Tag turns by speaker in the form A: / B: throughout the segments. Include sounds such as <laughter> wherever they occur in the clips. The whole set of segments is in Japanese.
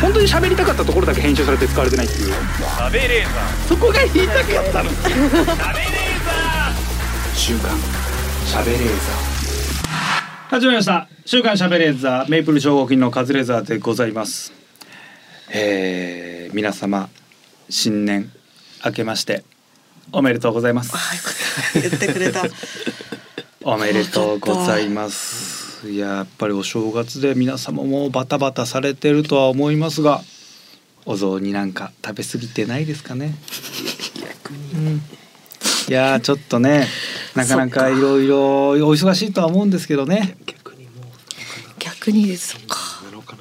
A: 本当に喋りたかったところだけ編集されて使われてないっていう
B: 喋れーさ
A: そこが言いたかったの
B: 喋れーさ
A: 週刊喋れー
C: 始まりました週刊しゃべレーザーメイプル超合金のカズレーザーでございますえー、皆様新年明けましておめでとうございます
D: 言ってくれた。
C: <laughs> おめでとうございますいややっぱりお正月で皆様もうバタバタされてるとは思いますがお雑煮なんか食べ過ぎてないですかねうんいやーちょっとねなかなかいろいろお忙しいとは思うんですけどね
D: 逆にですか。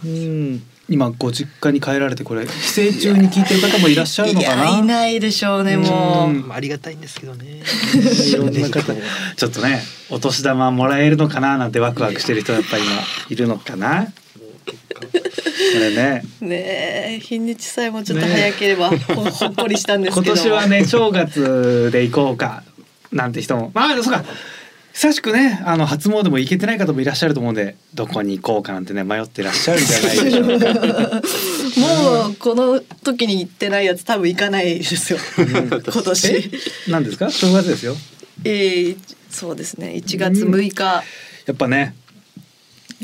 C: うん、今ご実家に帰られてこれ帰省中に聞いてる方もいらっしゃるの
D: い
C: かな
D: やいないでしょうねも
C: う
D: う。
C: ん
E: まあ、ありがたいんですけどね。
C: いろんな方ちょっとねお年玉もらえるのかななんてワクワクしてる人やっぱ今いるのかなこれね
D: ねえ日にちさえもうちょっと早けれ
C: <laughs>
D: ば、ほほっこりしたんです
C: 今
D: けど。
C: 年は。ね正月で行こうかなんて人もまあそうか久しくねあの初詣も行けてない方もいらっしゃると思うんでどこに行こうかなんてね迷ってらっしゃるんじゃないでしょうか
D: <laughs> もうこの時に行ってないやつ多分行かないですよ。今年。
C: え何ですか正月ですよ
D: えー、そうですね1月6日。
C: やっぱね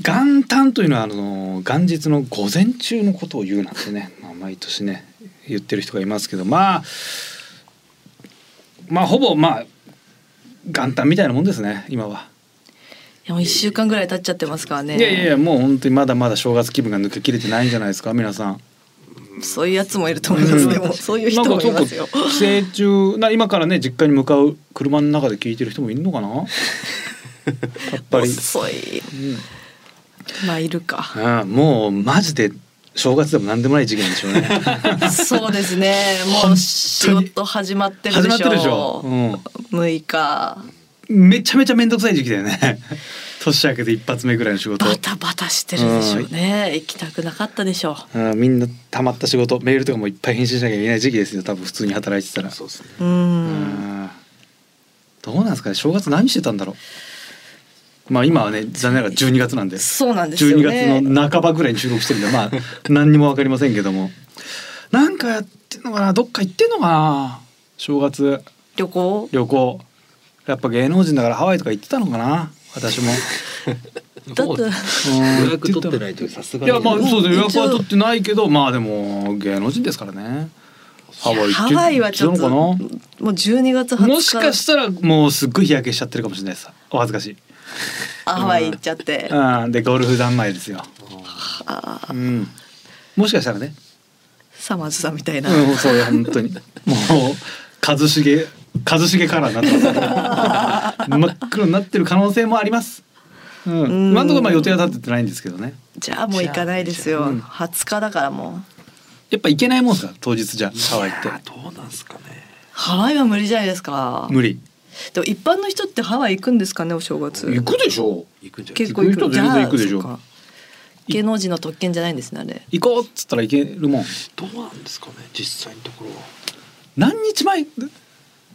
C: 元旦というのはあの元日の午前中のことを言うなんてね、まあ、毎年ね言ってる人がいますけどまあまあほぼまあ元旦みたいなもんですね今は。
D: いやもう1週間ぐらい経っちゃってますからね。
C: いやいやいやもう本当にまだまだ正月気分が抜けきれてないんじゃないですか皆さん。
D: そういうやつもいると思います。でもそういう人もいますよ
C: なんか。そうか帰省中な今からね実家に向かう車の中で聞いてる人もいるのか
D: <laughs>
C: なやっぱり。
D: 遅い。
C: うん
D: まあいるか。
C: ああもうマジで正月でも何でもない事件でしょうね
D: そうですね。もう仕事始まってる
C: 始
D: で
C: まって
D: しょ。
C: るでしょ、う
D: 6日
C: ん、めちゃめちゃ面倒くさい時期だよね <laughs> 年明けて一発目ぐらいの仕事
D: バタバタしてるでしょうね。行きたくなかったでしょう。
C: ああみんな溜まった仕事メールとかもいっぱい返信しなきゃいけない時期ですよ多分普通に働いてたら
E: そうですね。
D: う。
C: うんんどうなんですかね正月何してたんだろうまあ今はね残念ながら12月なんで
D: そうなんですよ
C: 12月
D: ね。
C: の半ばぐらいに収録してるんでまあ何にも分かりませんけどもなんかやってんのかなどっか行ってんのかな正月
D: 旅行。
C: 旅行やっぱ芸能人だからハワイとか行ってたのかな私も
D: だって
C: うん
E: 予約取ってないとさすが
C: い
E: に。
C: やまあ
D: ん
C: そうです予約は
D: 一応
C: 取ってないけどまあでも芸能人ですからねハワイ行って
D: ハワイはちょっと
C: 行
D: も
C: っ
D: う
C: てたのか
D: 12月20
C: な
D: 日。
C: もしかしたらもうすっごい日焼けしちゃってるかもしれないですお恥ずかしい
D: ハワイ行っちゃって。
C: うんでゴルフ三昧ですよ
D: あ
C: うんもしかしたらね
D: サマーズさんみたいな。
C: うんそうよ本当にもう一茂一茂カラーになってます真っ黒になってる可能性もありますうん
D: うん
C: 今のところまあ予定は立っててないんですけどね
D: じゃあもう行かないですよ。
C: うん
D: 20日だからもう。
C: やっぱ行けないもんですか当日じゃハワイって
E: いやどうなんですかね。
D: ハワイは無理じゃないですか。
C: 無理
D: でも一般の人ってハワイ行くんですかねお正月。
C: 行くでしょ
E: 行くんじゃない。
D: 結構行く
C: 行く人全然行くでしょ
D: じゃあそっか芸能人の特権じゃないんですねあれ
C: 行こうっつったら行けるもん
E: どうなんですかね。実際のところは
C: 何日前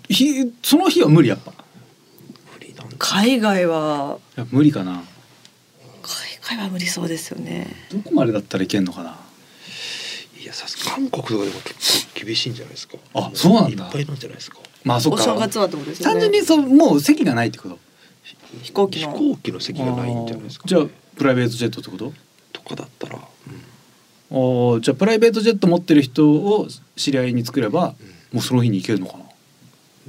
C: ひその日は無理やっぱ
E: 無理なんだ。
D: 海外は
C: やっぱ無理かな
D: 海外は無理そうですよね
C: どこまでだったら行けんのかない
E: やさす韓国とかでも結構厳しいんじゃないですか。
C: あそうなんだ
E: いっぱいなんじゃないですか。
C: まあそっ
D: お
C: か
D: 正月はってことですよ
C: 単
D: ね
C: 純にそうもう席がないってこと
D: 飛行機の
E: 飛行機の席がないんじゃないです
C: あ
E: か、ね。
C: ーじゃあプライベートジェットってこと
E: とかだったら、うん
C: おじゃあプライベートジェット持ってる人を知り合いに作ればもうその日に行けるのかな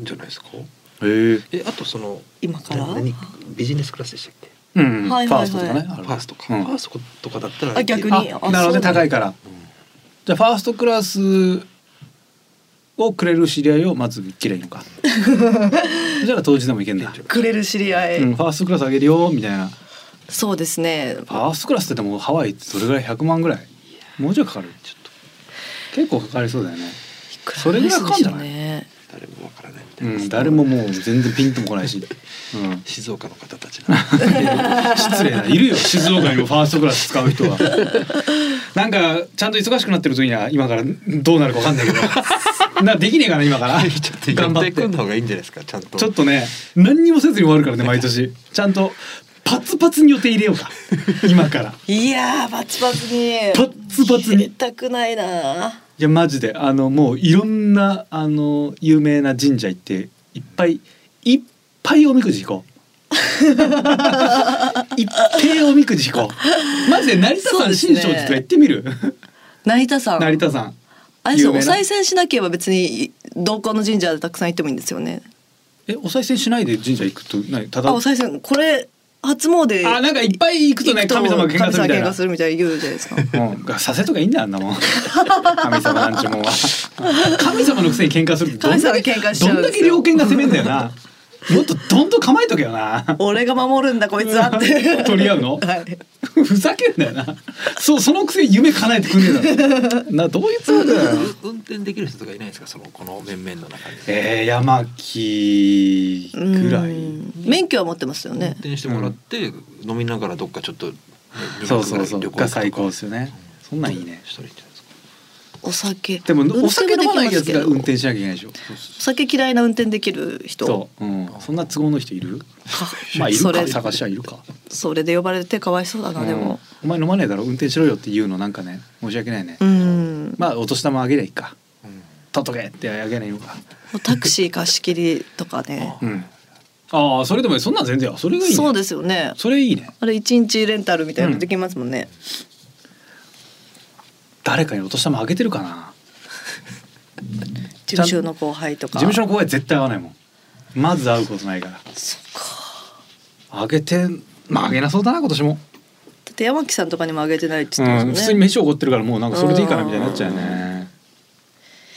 E: じゃないですか。
C: へえ
E: えあとその
D: 今から
E: な何ビジネスクラスでしたっけ？
C: うん、
D: はいはいは
C: ファー
D: い
C: ストとかねあ
E: フ
C: る
E: ァーストか、
C: うん
E: ファーストとかだったら
D: あ逆に
C: あ
D: あ
C: なるほど
D: そうだ
C: ね高いからじゃあファーストクラスをくれる知り合いをまず切ればいいの
E: <laughs>
C: かじゃあ当日でも行けんだ、う
D: くれる知り合い、
C: ん、ファーストクラスあげるよみたいなフ
D: そうですね
C: ァーストクラスってでもハワイってどれぐらい100万ぐらいもうちょいかかるちょっと結構かかりそうだよねそれぐらいかかんじゃない
D: ね
E: 誰もわからないみた
C: う
E: いな、
C: ん、誰ももう全然ピンとも来ないし、うん、
E: 静岡の方たちなんで
C: 失礼ないるよ静岡にもファーストクラス使う人
E: <laughs>
C: はなんかちゃんと忙しくなってるといいな今からどうなるかわかん
E: <laughs>
C: ないけどなできねえかな今から
E: ちょっ
C: <laughs>
E: と
C: 頑
E: 頑
C: 張っ
E: 張っててくんの方がいいんじゃないですかちゃんと
C: ちょっとね何にもせずに終わるからね毎年ちゃんとパツパツに予定入れよう
D: <laughs>
C: か今から
D: いやーバツバツに
C: パッツパツに
D: 入れたくないない
C: やマジであのもういろんなあの有名な神社行っていっぱいいっぱいおみくじ引
D: <laughs>
C: こういっぺいおみくじ引こうマジで成田
D: そう
C: 山
D: です
C: 新
D: ね
C: 勝寺とか行ってみる、
D: 成田さん
C: 成田山
D: あれですよお
C: 有名な
D: 賽銭しなければ別に同行の神社でたくさん行ってもいいんですよね
C: えお賽銭しないで神社行くとないただ
D: あお賽銭これ初詣
C: あなんかいっぱい行くとね神様が喧嘩するみたい
D: 神様が喧嘩
C: な
D: するみたいな言うじゃないで
C: <laughs>
D: すか
C: うん、させとかいいんだよあんな
D: <laughs>
C: もん神様なんちゅうもんは神様のくせに喧嘩するってどんだけ
D: 神様喧嘩しちゃう
C: どんだけ猟犬が攻めんだよなもっとどんと構えとけよな
D: 俺が守るんだこいつはって
C: 取り合うの
D: はい
C: ふざけんなよなそうそのくせに夢叶えてくんねえだろなどういうつもりだよ
E: 運転できる人とかいないんですかそのこの面々の中に、
C: えー、山木ぐらい
D: うん免許は持ってますよ
E: 運
D: ね
E: 転してもらって、飲みながらどっかちょっと、ね、
C: そうそうそう
E: 二泊ぐらい旅行行くとか
C: が最高ですよねそんなんいいね
E: 一人じゃないですか
D: お酒
C: でもお酒
D: 運
C: 飲
D: 転
C: ま
D: は
C: ない
D: で
C: や
D: きます
C: つ
D: けど
C: が運転しなきゃいけないでしょ
D: お酒嫌いな運転できる人
C: そう、うん、そんな都合の人いる
D: か
C: まあいる
D: それ
C: か探しはいるか
D: それで呼ばれてかわいそうだなでも
C: うんお前飲まねえだろ運転しろよって言うのなんかね申し訳ないね、
D: うん
C: <laughs> まあお年玉あげりゃいいか
E: うん
C: 取っとけってあげないのか
D: もうタクシー貸し切りとかね
C: うんああそれでもいいそんなん全然よそれがいい、ね、
D: そうですよね
C: それいいね
D: あれ一日レンタルみたいなのできますもんね、
C: 誰かにお年玉あげてるかな
D: 事務所の後輩と
C: 事
D: か
C: 務所の後輩絶対会わないもんまず会うことないから
D: そっか
C: あげてまああげなそうだな今年も、
D: だって山木さんとかにもあげてないって
C: う
D: 言って
C: ん
D: ま
C: 普
D: す
C: 通
D: も
C: に
D: んね、
C: 飯おごってるからもうなんかそれでいいかなみたいになっちゃうよね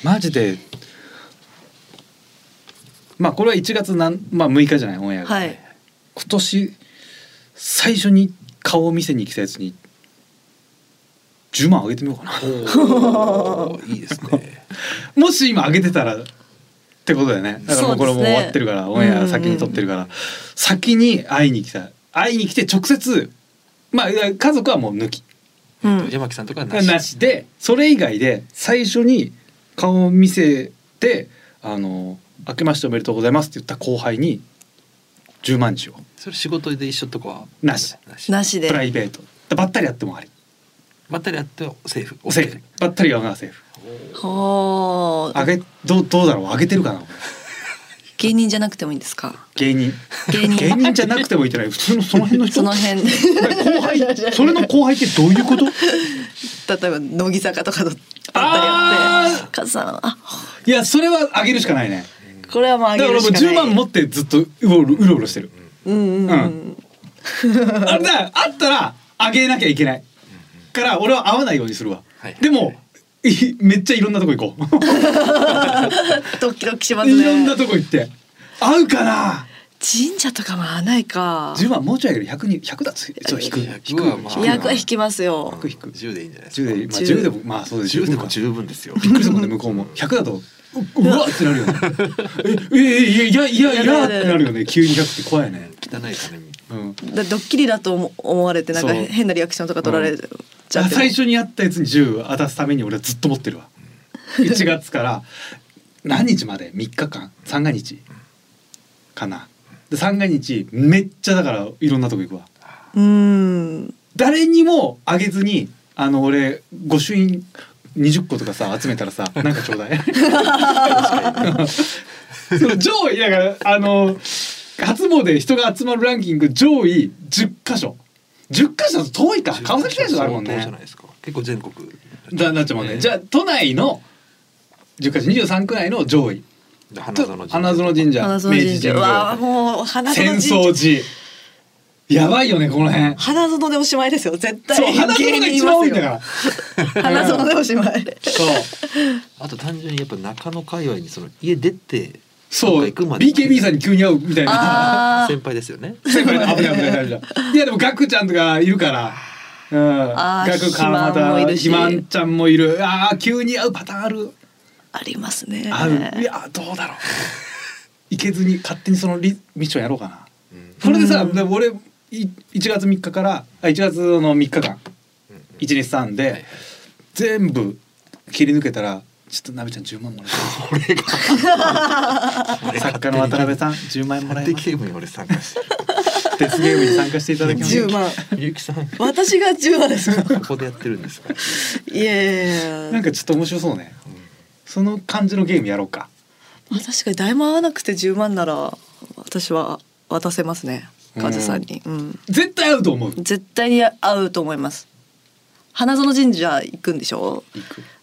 C: マジでまあこれは1月なん、まあ、6日じゃないオンエアが、
D: はい
C: 今年最初に顔を見せに来たやつに10万あげてみようかな
E: お
C: <laughs>
E: ーいいですね。
C: もし今あげてたらってことだよねだからもうこれも
D: そう
C: う
D: ですね
C: 終わってるから、オンエア先に撮ってるから、先に会いに来た会いに来て直接まあいや家族はもう抜き
D: うん
E: 山木さんとかはなし。
C: なしでそれ以外で最初に顔を見せて「あの明けましておめでとうございます」って言った後輩に10万にしよ
E: それ仕事で一緒とかは
C: なし
E: なし。
D: なし
C: う
D: で
C: プライベートばったりやってもあり
E: まったりやってセーフ。
C: セーフばったりはセーフ
D: は
C: あげどうどうだろう上げてるかな俺
D: 芸人じゃなくてもいいんですか
C: 芸人
D: 芸人
C: 芸人じゃなくてもいいじゃない普通のその辺の人
D: その辺 <laughs> 例
C: 後輩それの後輩ってどういうこと
D: えば乃木坂とかとだったりやってカズさんあ
C: いやそれは上げるしかないね
D: これはもうあ
C: だ
D: げ
C: から
D: る
C: 俺も
D: し
C: う
D: かない
C: 10万持ってずっとうろうろうろうろしてる
D: うんう
C: う
D: ん、う、
C: んあれだあったらあげなきゃいけないから俺は会わないようにするわ、
E: はい
C: でもいめっちゃいろんなとこ行こ
D: <laughs> ドキドキしま
C: う
D: す
C: いろん
D: ね
C: なとこ行って会うかな
D: 神社とかも合わないか
C: 10万もうちょい上げる100に100だちょっと引く
E: 100はまあ
C: 引く
D: 200は引きますよ
C: く引く
E: 十でいいんじゃないです
C: 10で,、まあ、10で
D: 10
E: か。
C: もまあそうです
E: 十でも十分
C: <laughs>
E: ですよ。
C: びっくりするもんね向こうも100だとううわってなるよね <laughs> えええいやいやいやいやってなるよね急に100って怖いね
E: 汚い金に。
C: うん
D: だドッキリだと思思われてなんか
C: そう
D: 変なリアクションとか取られ
C: う
D: ちゃっても
C: 最初にやったやつに10渡すために俺はずっと持って <laughs> るわ1月から何日まで3日間三が日かなで三が日めっちゃだからいろんなとこ行くわ
D: うーん
C: 誰にもあげずにあの俺御朱印20個とかさ集めたらさ
E: <laughs>
C: なんかちょうだいその上位だからあの初詣人が集まるランキング上位10箇所10箇所だと遠いか川崎大社あるもん
E: 相当じゃ
C: ね
E: ないですか。結構全国。
C: だなっちゃうもんね、じゃあ都内の10箇所23区内の上位
E: あ花園神社。
C: 花園神社
D: 花園神社
C: 明治
D: わあ
C: 神
D: もう花
C: 宮
D: 園
C: 浅
D: 神
C: 草
D: 社
C: 寺やばいよねこの辺
D: 花園でおしまいですよ絶対
C: そう花園が一番多いんだから
D: ら花園でおしまい
C: そう
E: あと単純にやっぱ中野界隈にその家出て
C: そう
E: どっか行くまで
C: BKB さんに急に会うみたいな
D: あー
E: 先輩ですよね。
C: 先輩の危ない危ない危ない危 <laughs> ないいやでもガクちゃんとかいるからうん
D: あー
C: ガク川
D: 肥満もい
C: 又
D: るし
C: 肥満ちゃんもいるあー急に会うパターンある
D: ありますね
C: あるいやどうだろ
E: <laughs>
C: う行けずに勝手にそのリミッションやろうかな
E: うん
C: これでさ
D: うん
C: でも俺い1月3日からあ1月の3日間
E: うんうん
C: 123で全部切り抜けたらちょっと鍋ちゃん10万もらえ
E: 俺が
C: <laughs> ます作家の渡辺さん10万円もらえ
E: で
C: ます <laughs>
E: ゲームに俺参加してる。
C: 鉄ゲームに参加していただきまし
D: 10
C: た
D: 万
E: ゆうきさんこ
D: 私が10
C: <laughs>
D: 万ですよ
E: こでやってるんですか
D: いやいやい
C: な
D: や
C: んかちょっと面白そうねその感じのゲームやろうか
D: まあ確かに代も合わなくて10万なら私は渡せますねカズさんに、うん、
C: 絶対合うと思う
D: 絶対に合うと思います花園神社行くんでしょ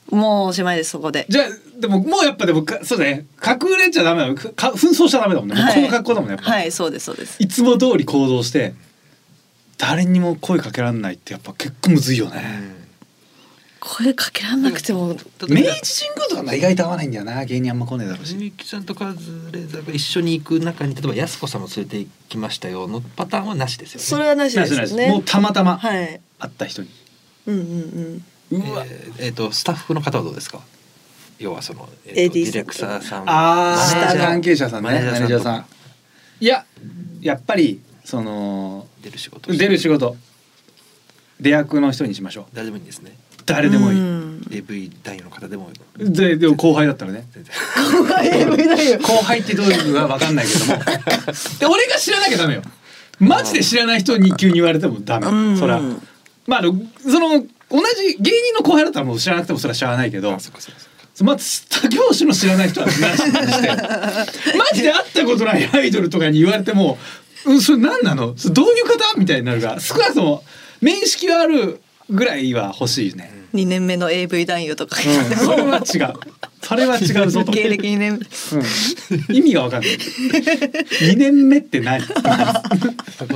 D: もうおしまいですそこで
C: じゃあでももうやっぱでもかそうだね隠れちゃダメだもんか紛争しちゃダメだもんね、もうこの格好だもんねやっぱ、
D: はいそうですそうです
C: いつも通り行動して誰にも声かけられないってやっぱ結構むずいよね、
D: 声かけらんなくても
C: 明治神宮とかな意外と合わないんだよな芸人あんま来ねえだろうし
E: ゆうきさんとカズレーザーが一緒に行く中に例えばやす子さんも連れて行きましたよのパターンはなしですよね
D: それはなし
C: な
D: で
C: いですないですす
D: ね
C: もうたまたま会
D: はい
C: った人に、
D: うんうんうん
C: うわ
E: えーえーとスタッフの方はどうですか要はその、えーと
D: AD
E: ディレクターさん
C: あー
E: マネージャー
C: 関係者さんね
E: マネージャーさんと
C: マネージャーさんいややっぱりその
E: 出る仕事
C: 出る仕事出役の人にしましょう
E: 誰でもいいんですね
C: 誰でもいい、
D: うん、 <laughs>
E: AV 男優の方でも
C: ででも後輩だったらね
E: 全然
D: 怖い無理だよ
C: 後輩ってどういうのかわかんないけどもで俺が知らなきゃダメよマジで知らない人に急に言われてもダメ
D: うん
C: そらまああのその同じ芸人の後輩だったらもう知らなくてもそれはしゃあないけど
E: <laughs> あそっかそっかそっか
C: まず他業種の知らない人はなしにしてマジで会ったことないアイドルとかに言われても「うん、それ何なのそれどういう方?」みたいになるから少なくとも面識はあるぐらいは欲しいね。
D: 2年目の AV 男優と <laughs> か、
C: うん、それは違う。それは違うぞと。
D: 芸歴2年
C: うん意味がわかんない。二年目って何？
E: そこ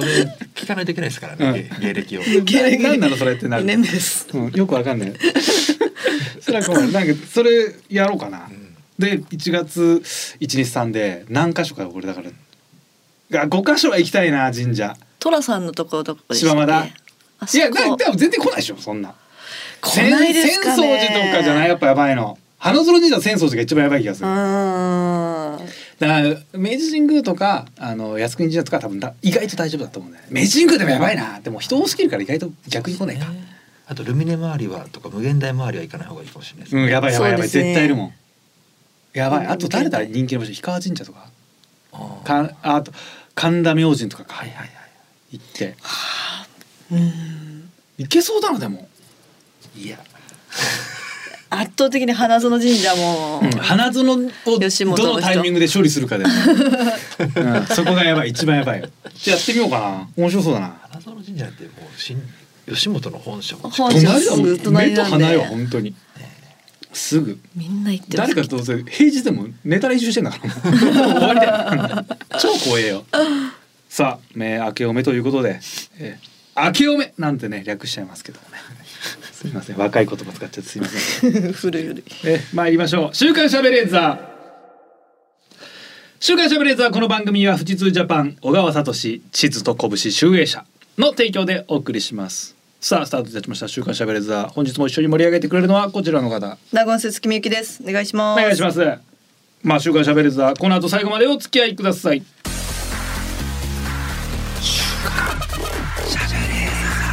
E: で聞かないといけないですからね、芸歴を
D: 芸歴
C: 何なのそれってな
D: 2
C: る。
D: 年目です
C: うん、よくわかんない。それは困る。なんかそれやろうかな。で1月123で何箇所か俺だからが5箇所は行きたいな神社。
D: 寅さんのとこどこでした
C: 島
D: っけ
C: 村
D: あそ
C: い
D: こ
C: やなんか多分全然来ないでしょそんな。
D: 来ないですかね
C: 浅草寺とかじゃないやっぱやばいの。花園神社浅草寺が一番やばい気がす
D: う
C: る。
D: ーん
C: だから明治神宮とかあの靖国神社とかは多分だ意外と大丈夫だと思うんだよね明治神宮でもやばいなでも人多すぎるから意外と逆に来ないか、
E: ねあとルミネ周りはとか無限大周りは行かない方がいいかもしれないです、
C: うんやばいやばいや
D: そう
C: ば
D: で
C: い、
D: すね
C: 絶対いるもんやばい
D: うん
C: あと誰だ人気の場所氷川神社とか
E: あー
C: かんあと神田明神とかか
E: はいはいはい
C: 行って
D: うん
C: 行けそうだなでも、
E: いや
D: 圧倒的に花園神社も、
C: うん、花園を
D: 吉本の人
C: どのタイミングで処理するかで
D: <laughs>
C: も、うん、そこがやばい一番やばいよじゃあやってみようかな面白そうだな
E: 花園神社ってもう新吉本の本社も
D: 本
C: 隣
D: 社
C: だも
D: ずっと
C: ん目
D: 隣
C: と
D: なん
C: 鼻よ
D: で
C: 本当にすぐ
D: みんな行ってま
C: 誰
D: す
C: かどうせ平日でもネタ練習してんだからもう終わりだよ超怖えよさあ目明けおめということで、えー明けおめなんてね略しちゃいますけどもねすいません若い言葉使っちゃってすいません
D: <laughs> 古いより
C: えー参りましょう「週刊しゃべれーザー」週刊しゃべれーザーこの番組は富士通ジャパン小川聡地図と拳集英社の提供でお送りしますさあスタートいたしました「週刊しゃべれーザー」本日も一緒に盛り上げてくれるのはこちらの方
D: 名古屋節木みゆきですお願いしま
C: お
D: す
C: 願いします。まあ週刊しゃべれずはこの後最後までお付き合いください。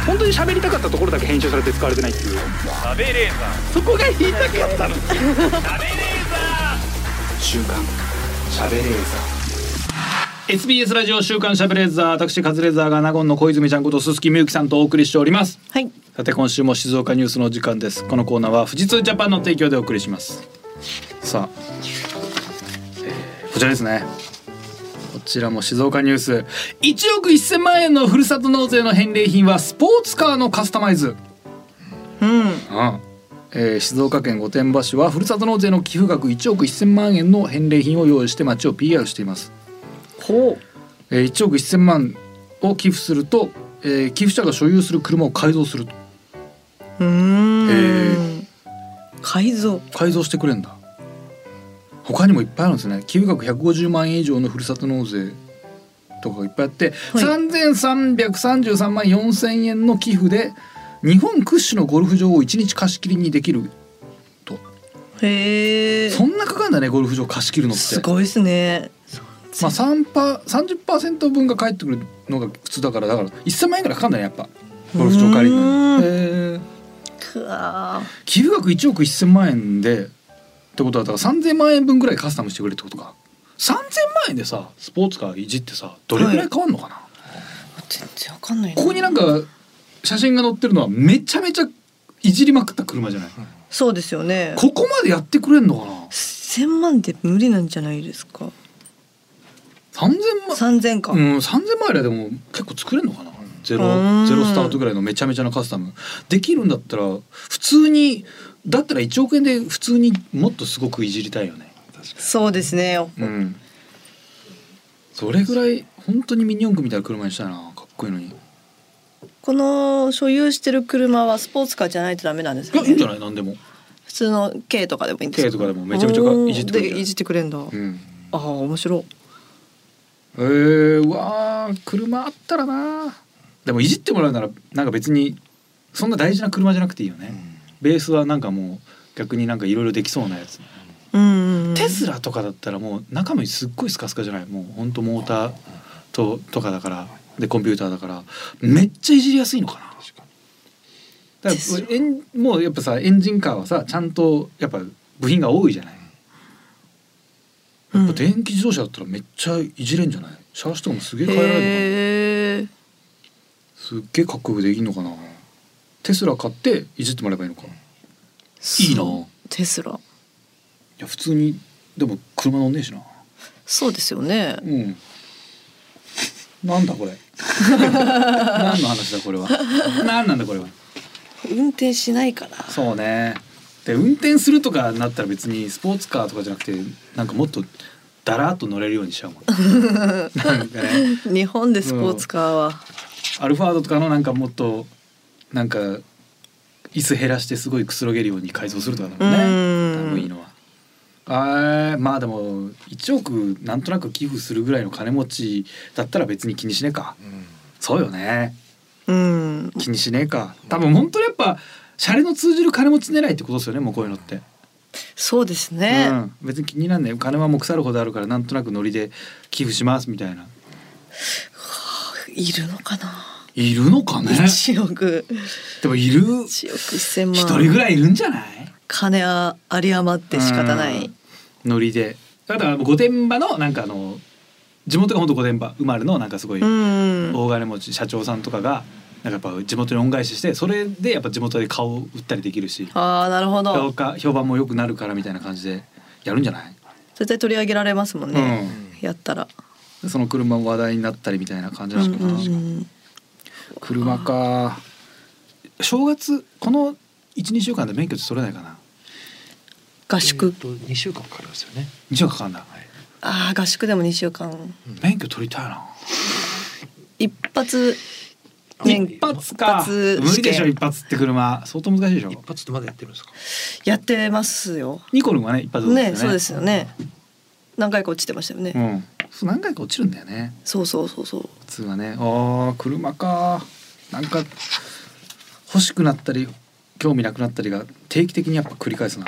F: 本当に喋りたかったところだけ編集されて使われてないっていう
G: 食べレーザ
F: そこが言いたかったの
G: ー食べレーザー
F: 週刊喋れーザ
C: SBS ラジオ週刊しゃべれずは私カズレーザーがナゴンの小泉ちゃんこと鈴木みゆきさんとお送りしております。
D: はい
C: さて今週も静岡ニュースのお時間です。このコーナーは富士通ジャパンの提供でお送りします。さあ、えーこちらですね。こちらも静岡ニュース1億1000万円のふるさと納税の返礼品はスポーツカーのカスタマイズ。
D: うん
C: ああえー静岡県御殿場市はふるさと納税の寄付額1億1000万円の返礼品を用意して町を PR しています、
D: ほ
C: えー1億1000万を寄付すると、えー寄付者が所有する車を改造すると
D: ううーん、
C: え
D: 改造
C: 改造してくれんだ他にもいっぱいあるんですね寄付額150万円以上のふるさと納税とかがいっぱいあって、
D: はい
C: 3333万4000円の寄付で日本屈指のゴルフ場を1日貸し切りにできると
D: へえ
C: そんなかかんだねゴルフ場貸し切るのって
D: すごいですね
C: まあ、3パ30%分が返ってくるのが普通だからだから1000万円ぐらいかかんだねやっぱゴルフ場借りるの
D: うーん
C: にへー
D: くわ
C: 寄付額1億1000万円でってことはだから3000万円分ぐらいカスタムしてくれるってことか3000万円でさスポーツカーいじってさどれぐらい変わんのかな、
D: ー全然わかんないな
C: ここになんか写真が載ってるのはめちゃめちゃいじりまくった車じゃない
D: そうですよね
C: ここまでやってくれんのかな
D: 1000万で無理なんじゃないですか
C: 3000万
D: 3000か、
C: うん、3000万円でも結構作れるのかなゼロ
D: うん
C: ゼロスタートぐらいのめちゃめちゃなカスタムできるんだったら普通にだったら1億円で普通にもっとすごくいじりたいよね
D: そうですね
C: うんそれぐらい本当にミニ四駆みたいな車にしたいなかっこいいのにい
D: この所有してる車はスポーツカーじゃないとダメなんです
C: や
D: よ
C: いいんじゃ
D: ね
C: ない何でも
D: 普通の軽とかでもいいんです
C: 軽とかでもめちゃめちゃかいじってくれる
D: おーでいじってくれんだ、
C: うん
D: ああ面白い
C: えー、うわー車あったらなでもいじってもらうならなんか別にそんな大事な車じゃなくていいよね、ベースはなんかもう逆になんかいろいろできそうなやつ
D: うんうんうん
C: テスラとかだったらもう中身すっごいスカスカじゃないもうほんとモーターととかだからでコンピューターだからめっちゃいじりやすいのかな
E: 確かに
C: だ
D: テス
C: からエンもうやっぱさエンジンカーはさちゃんとやっぱ部品が多いじゃないやっぱ電気自動車だったらめっちゃいじれんじゃないシャーシとかもすげえ変えられるのかな
D: へえ
C: すっげえかっこよくできんのかなテスラ買っていじってもらえばいいのかいいな
D: そうテスラ
C: や普通にでも車乗んねえしな
D: そうですよね
C: うんなんだこれ何の話だこれは何なんだこれは
D: 運転しないから
C: そうねで運転するとかなったら別にスポーツカーとかじゃなくてなんかもっとだらっと乗れるようにしちゃうもん
D: <laughs>
C: なんかね
D: 日本でスポーツカーは、
C: アルファードとかのなんかもっとなんか椅子減らしてすごいくつろげるように改造するとかだもんね
D: うん
C: 多分いいのは。あーまあでも1億なんとなく寄付するぐらいの金持ちだったら別に気にしねえかそうよね
D: うん
C: 気にしねえか多分本当にやっぱシャレの通じる金持ち狙いってことですよねもうこういうのって、
D: そうですね、
C: うん、別に気になんない金はもう腐るほどあるからなんとなくノリで寄付しますみたいない
D: るのかな、
C: いるのかね
D: 1億
C: でもいる一
D: 1億1000万
C: 人ぐらいいるんじゃない
D: 金は有り余って仕方ない
C: うんノリでだから御殿場のなんかあの地元が本当御殿場生まれのなんかすごい
D: うん
C: 大金持ち社長さんとかがなんかやっぱ地元に恩返ししてそれでやっぱ地元で顔を売ったりできるし
D: ああなるほ
C: 評
D: ど
C: 価評判も良くなるからみたいな感じでやるんじゃない、
D: 絶対取り上げられますもんね、やったら
C: うん、その車も話題になったりみたいな感じ
D: う
C: なんのかな、
D: うん
C: 車か正月この12週間で免許って取れないかな
D: 合宿、
E: えーと二週間かかりますよね。
C: 2週間かかんだ
E: はい。
D: ああ合宿でも2週間
C: 免許取りたいな
D: 一発
C: 一発か
D: 一発試
C: 無理
D: 験
C: でしょ一発って車相当難しいでしょ
E: 一発ってまだやってるんですか。
D: やってますよ
C: ニコルンはね一発だったよ
D: ねそうですよね何回か落ちてましたよね、
C: うんそう何回か落ちるんだよね
D: そうそうそうそう
C: 普通はねああ車かなんか欲しくなったり興味なくなったりが定期的にやっぱ繰り返すな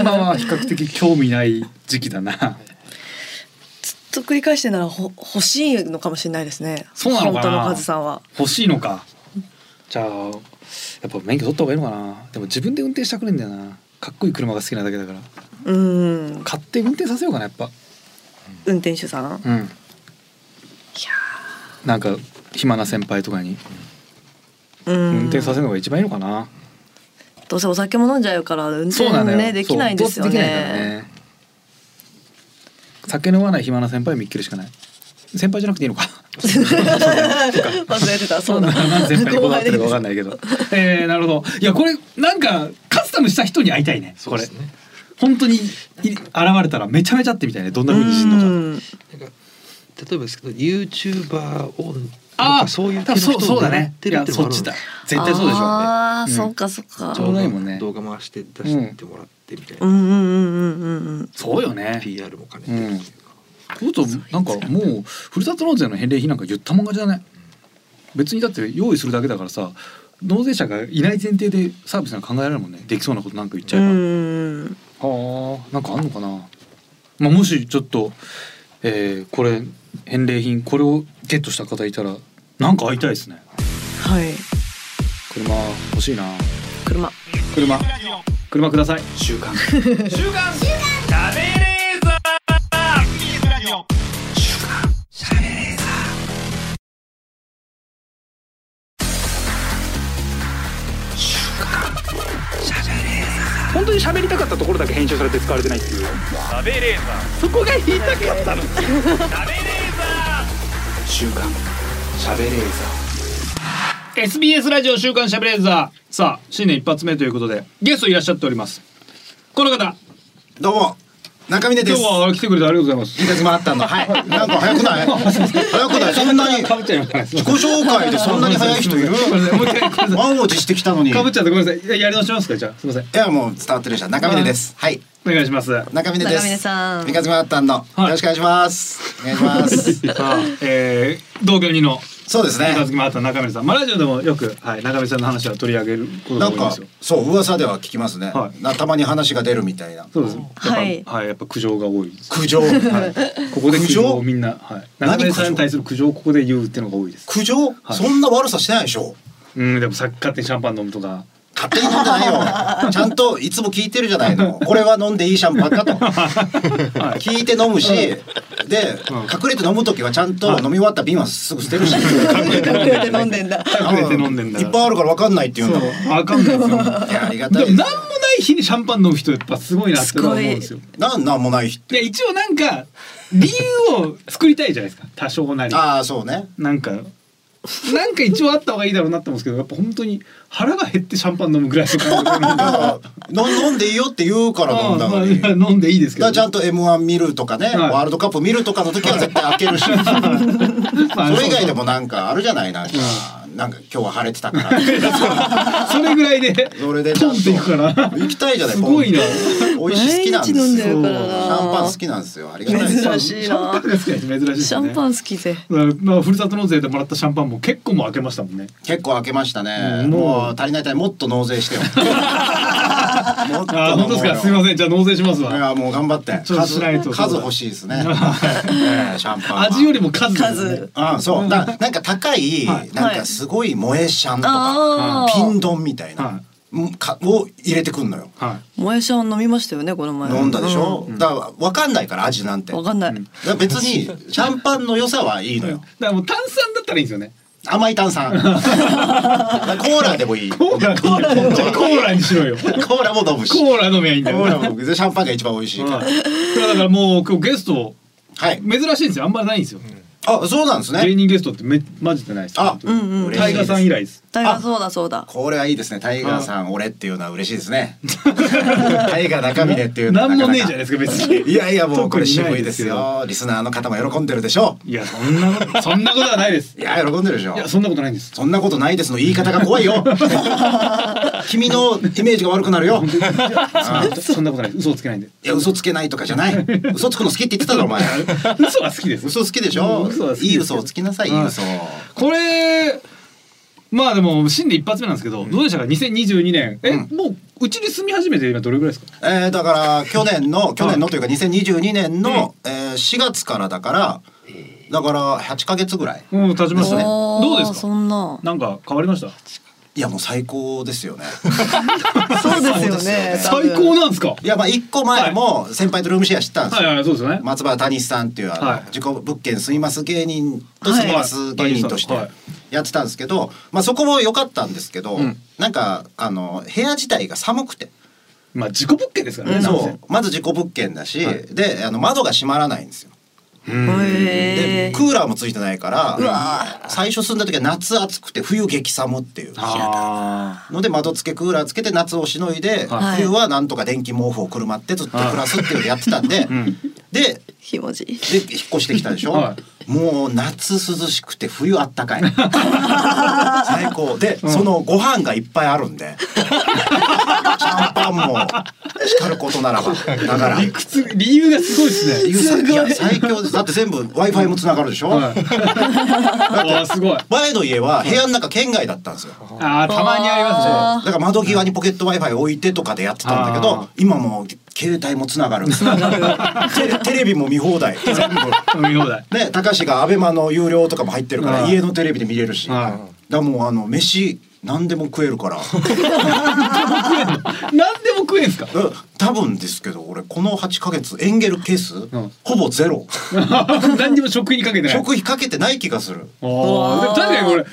C: 今は比較的興味ない時期だな
D: ずっと繰り返してんならほ欲しいのかもしれないですね
C: そうなのかな
D: 本当のカズさんは
C: 欲しいのかじゃあやっぱ免許取った方がいいのかなでも自分で運転したくないんだよなかっこいい車が好きなだけだから
D: うん
C: 買って運転させようかなやっぱ
D: 運転手さん、いや
C: うんなんか暇な先輩とかに
D: ーうん
C: 運転させるのが一番いいのかな、
D: どうせお酒も飲んじゃうから運
C: そ
D: 転
C: うなのよ
D: ねできないんですよね
C: そうどうせできないからね酒飲まない暇な先輩見っけるしかない先輩じゃなくていい
D: <laughs>
C: のか
D: 忘れてたそうだ
C: 何先輩にこだわってるか分かん
D: い
C: ないけどえー、なるほどいやこれなんかカスタムした人に会いたいねこれ
E: ね。
C: 本当にい現れたらめちゃめちゃ会ってみたいねどんな風にしてんのか
D: ん
E: なんか例えばですけど、ユーチューバーを
C: あ
E: あ
C: あ
E: あそういう系
C: 多分
E: の人
C: そうそう
E: を
C: だ
E: 狙っ
C: ね
E: て
C: い
E: るっ
C: や
E: ていう
C: そ
E: のも
C: っ
E: ある
C: ち
E: んで
C: だ
E: すよ
C: 絶対そうでしょうね
D: ああ、
C: うん
D: そっかそっか
C: ちょうどいいもんね
E: 動画回して出してもらってみたいな。
D: うんうんうんうんうんうん
C: そうよね
E: PR も兼ねてっていうか。
C: ちょっとなんかもうふるさと納税の返礼品なんか言ったもん勝ちだね別にだって用意するだけだからさ納税者がいない前提でサービスなんか考えられるもんねできそうなことなんか言っちゃえば、
D: うん
C: はあなんかあんのかな、まあ、もしちょっと、えーこれ返礼品これをゲットした方いたらなんか会いたいですね
D: はい
C: 車欲しいな
D: 車
C: 車車ください
H: 週
C: <laughs>
H: 刊
B: 食べレーザー
A: 本当に喋りたかったところだけ編集されて使われてないっていう
B: 食べレーザ
A: そこが言いたかったの
B: ー食べレーザ
A: 週刊喋れーザ
C: SBS ラジオ週刊しゃべれーザーさあ新年一発目ということでゲストいらっしゃっておりますこの方
I: どうも中峰で
C: 今
I: す
C: 日は来てくれてありがとうございます
I: いいです回ったのはいなんか早く
C: <laughs>
I: ない早くないそんなに <laughs>
C: かぶっちゃいました <laughs>
I: 自己紹介でそんなに早い人いる
C: もう一回ごめんなさ
I: 満を持してきたのにい
C: いかぶっちゃってごめんなさいややり直しますかじゃあすみません
I: やもう伝わってるじゃん中峰ですはい
C: お願いしますさ
I: 中峰です
D: 中峰さん
I: 三日月回ったのよ
C: い
I: ろしくお願いしますお願いします
C: あ、えー、同居人の
I: そうですね
C: 三日月もあった中森さん、まあ、ラジオでもよく、はい、中森さんの話は取り上げること
I: な
C: が多
I: ん
C: いんで
I: か
C: すよ
I: そう噂では聞きますね
C: はい
I: なたまに話が出るみたいな
C: そうです
D: はい
C: やっぱはい、やっぱ苦情が多いです
I: 苦情
C: ここで苦
I: 苦
C: 情
I: 情
C: をみんな、はい、
I: 何
C: 中森さんに対する苦情をここで言うっていうのが多いです
I: 苦情
C: はい
I: そんな悪さしてないでしょ
C: うんでもさ勝手にシャンパン飲むとか
I: 勝手に飲んでない
C: <laughs>
I: よちゃんといつも聞いてるじゃないのこれは飲んでいいシャンパンかと聞いて飲むしで隠れて飲む時はちゃんと飲み終わった瓶はすぐ捨てるし
D: 隠れて飲んでんだ。
C: 隠れて飲んでんだ
I: いっぱいあるから分かんないっていうんだもんい
C: あかんないですよ
I: やありが
C: で
I: たい
C: も何
I: です
C: もない日にシャンパン飲む人やっぱすごいなってのは思うんですよ
I: なんなんもない人
C: いや一応なんか理由を作りたいじゃないですか多少なり
I: ああそうね
C: なんかなんか一応あった方がいいだろうなって思うんですけどやっぱ本当に腹が減ってシャンパン飲むぐらいの感覚なんで
I: あーの飲んでいいよって言うから飲んだの
C: <laughs>
I: に
C: ああまあ飲んでいいですけ
I: だか
C: ど
I: らちゃんと M1 見るとかね、
C: はい
I: ワールドカップ見るとかの時は絶対開け
C: <laughs>
I: るし、
C: まあ
I: それ以外でもなんかあるじゃないなんか、なんか今日は晴れ
C: <laughs>
I: てたから。
C: それぐらいで
I: それでち
C: ポ
I: ゃ
C: ン
I: ん
C: っていくか
I: と
C: ら
I: 行きたいじゃない。
C: すごいな
I: ポン美味しい好きなんで
D: 毎日飲ん
I: す
D: でる
I: よ。
D: からな
I: シャンパン好きなんですよ。ありがたいです。
D: 珍しいな。
C: 珍しいですね珍しいです
D: <laughs> シャ
C: ね
D: ンパン好きで。
C: まあふるさと納税でもらったシャンパンも結構もう開けましたもんね
I: 結構開けましたね。
C: うん
I: もう足りない足りないもっと納
C: <laughs>
I: 税してよ。もっと
C: あ本当ですかすみませんじゃあ納税します
I: い
C: わ
I: やもう頑張って
C: ちょっとし
I: 数
C: ないと
I: 数欲しいです
C: <laughs>
I: ね。ねシャンパンは。
C: 味よりも数ですね
D: 数。
I: あそうだからなんか高い、なんかすごい萌えシャンと
D: あ
I: か
D: ー
I: ピンドンみたい
C: は
I: な、うんかを入れてくんのよ
C: は
D: もやしを飲みましたよねこの前。
I: 飲んだでしょ、だから分かんないから味なんて
D: うん。わ
I: だか
D: かんない。
I: ら別にシャンパンの良さはいい
C: い
I: の
C: だ
I: よ
C: からもう炭酸だったらいいんですよね
I: 甘い炭酸
C: <laughs>
I: だからコーラでもいいコ
C: コーラコーラにしろよコ
I: ーラも飲むし
C: ーラ飲みゃいいん
I: コ
C: だよ
I: ーラも飲むでシャンパンが一番美味しいから、
C: うんだからもう今日ゲスト
I: はい
C: 珍しいんですよあんまりないんですよ
I: あそうなんです
C: 芸
I: ね
C: 人ゲストってめマジでないです
I: あ
C: 本当に
I: うんうん
C: タイガさん以来です
D: 大河そうだそうだ。
I: これはいいですねタイガーさん俺っていうのは嬉しいですね <laughs> タイガー中身っていうのは
C: 何もねえじゃ
I: か
C: な
I: か
C: いですか別に
I: いやいやもうこれ
C: 特にな
I: 渋
C: い
I: い
C: で
I: ですす
C: けど
I: よリスナーの方も喜んでるでしょ
C: いやそんなことそんなことはないです
I: ういや喜んでるでしょ
C: いやそんなことないんです
I: そんなことないですの言い方が怖
C: <laughs>
I: いよ君のイメージが悪くなるよあ
C: そんなことないです嘘をつけないんで
I: いや嘘つけないとかじ
C: <laughs>
I: ゃない嘘つくの好きって言ってただろお前
C: 嘘は好きです
I: 嘘好きでしょ、
C: うん嘘は好きです
I: いい嘘をつきなさい、いい嘘を
C: これまあでも新年一発目なんですけどどうでしたか2022年え
I: う
C: もううちに住み始めて今どれぐらいですか
I: えー、だから去年の去年のというか2022年の、えー4月からだからだから8ヶ月ぐらい
C: うん経ちましたね
D: おー
C: どうですか
D: そんな。
C: なんか変わりました
I: いやもう最高で
C: <laughs>
I: すよね
D: そう
I: <laughs>
D: ですよね。
C: 最高なんですか
I: いやまあ1個前も先輩とルームシェアしてたんですよ、
C: はいはいそうですよ <laughs> ね
I: 松原谷さんっていうあの、
C: はい
I: 自己物件住みます芸人と
D: はい
I: 住みます芸人として
C: はい
I: やってたんですけど、まあそこも良かったんですけど、
C: うん
I: なんかあの部屋自体が寒くて、
C: まあ自己物件ですからねなんせ
I: そうまず自己物件だし、
C: はい
I: であの窓が閉まらないんですよ。
D: へ
I: で
D: え
I: ク。ーラーもついてないから、
D: うわ
I: 最初住んだ時は夏暑くて冬激寒っていう
C: あ
I: ので窓付けクーラーつけて夏をしのいで、
D: はい
I: 冬はなんとか電気毛布をくるまってずっと暮らすっていうのをやってたんで、
C: ん
I: で
D: ひもじい。
I: で引っ越してきたでしょ、
C: は
I: もう夏涼しくて冬あったか
C: <laughs>
I: い最高で、そのご飯がいっぱいあるんでシャンパンも叱ることならばだから
C: 理屈理由がすごいです
I: <laughs>
C: ね
I: いや最強ですだって全部 w i f i もつながるでしょ、
C: はいああすごい
I: 前の家は部屋の中県外だったんですよ
C: ああたまにありま
D: あ
I: だから窓際にポケット w i f i 置いてとかでやってたんだけ
C: あー
I: ど今もう携帯もつながる
C: <laughs>
I: テレテレビも見放題全部
C: すね飲み放題
I: ね高橋がアベマの有料とかも入ってるか
C: は
I: ら
C: い
I: 家のテレビで見れるし、
C: はい
I: だからもうあの飯何でも食え
C: <laughs>
I: るから
C: 何でも食えんすか <laughs>
I: うん多分ですけど俺この8ヶ月エンゲルケース、
C: ん
I: ほぼゼロ
C: 何にも食費にかけてない
I: 食費かけてない気がする
C: ああでも確かにこれ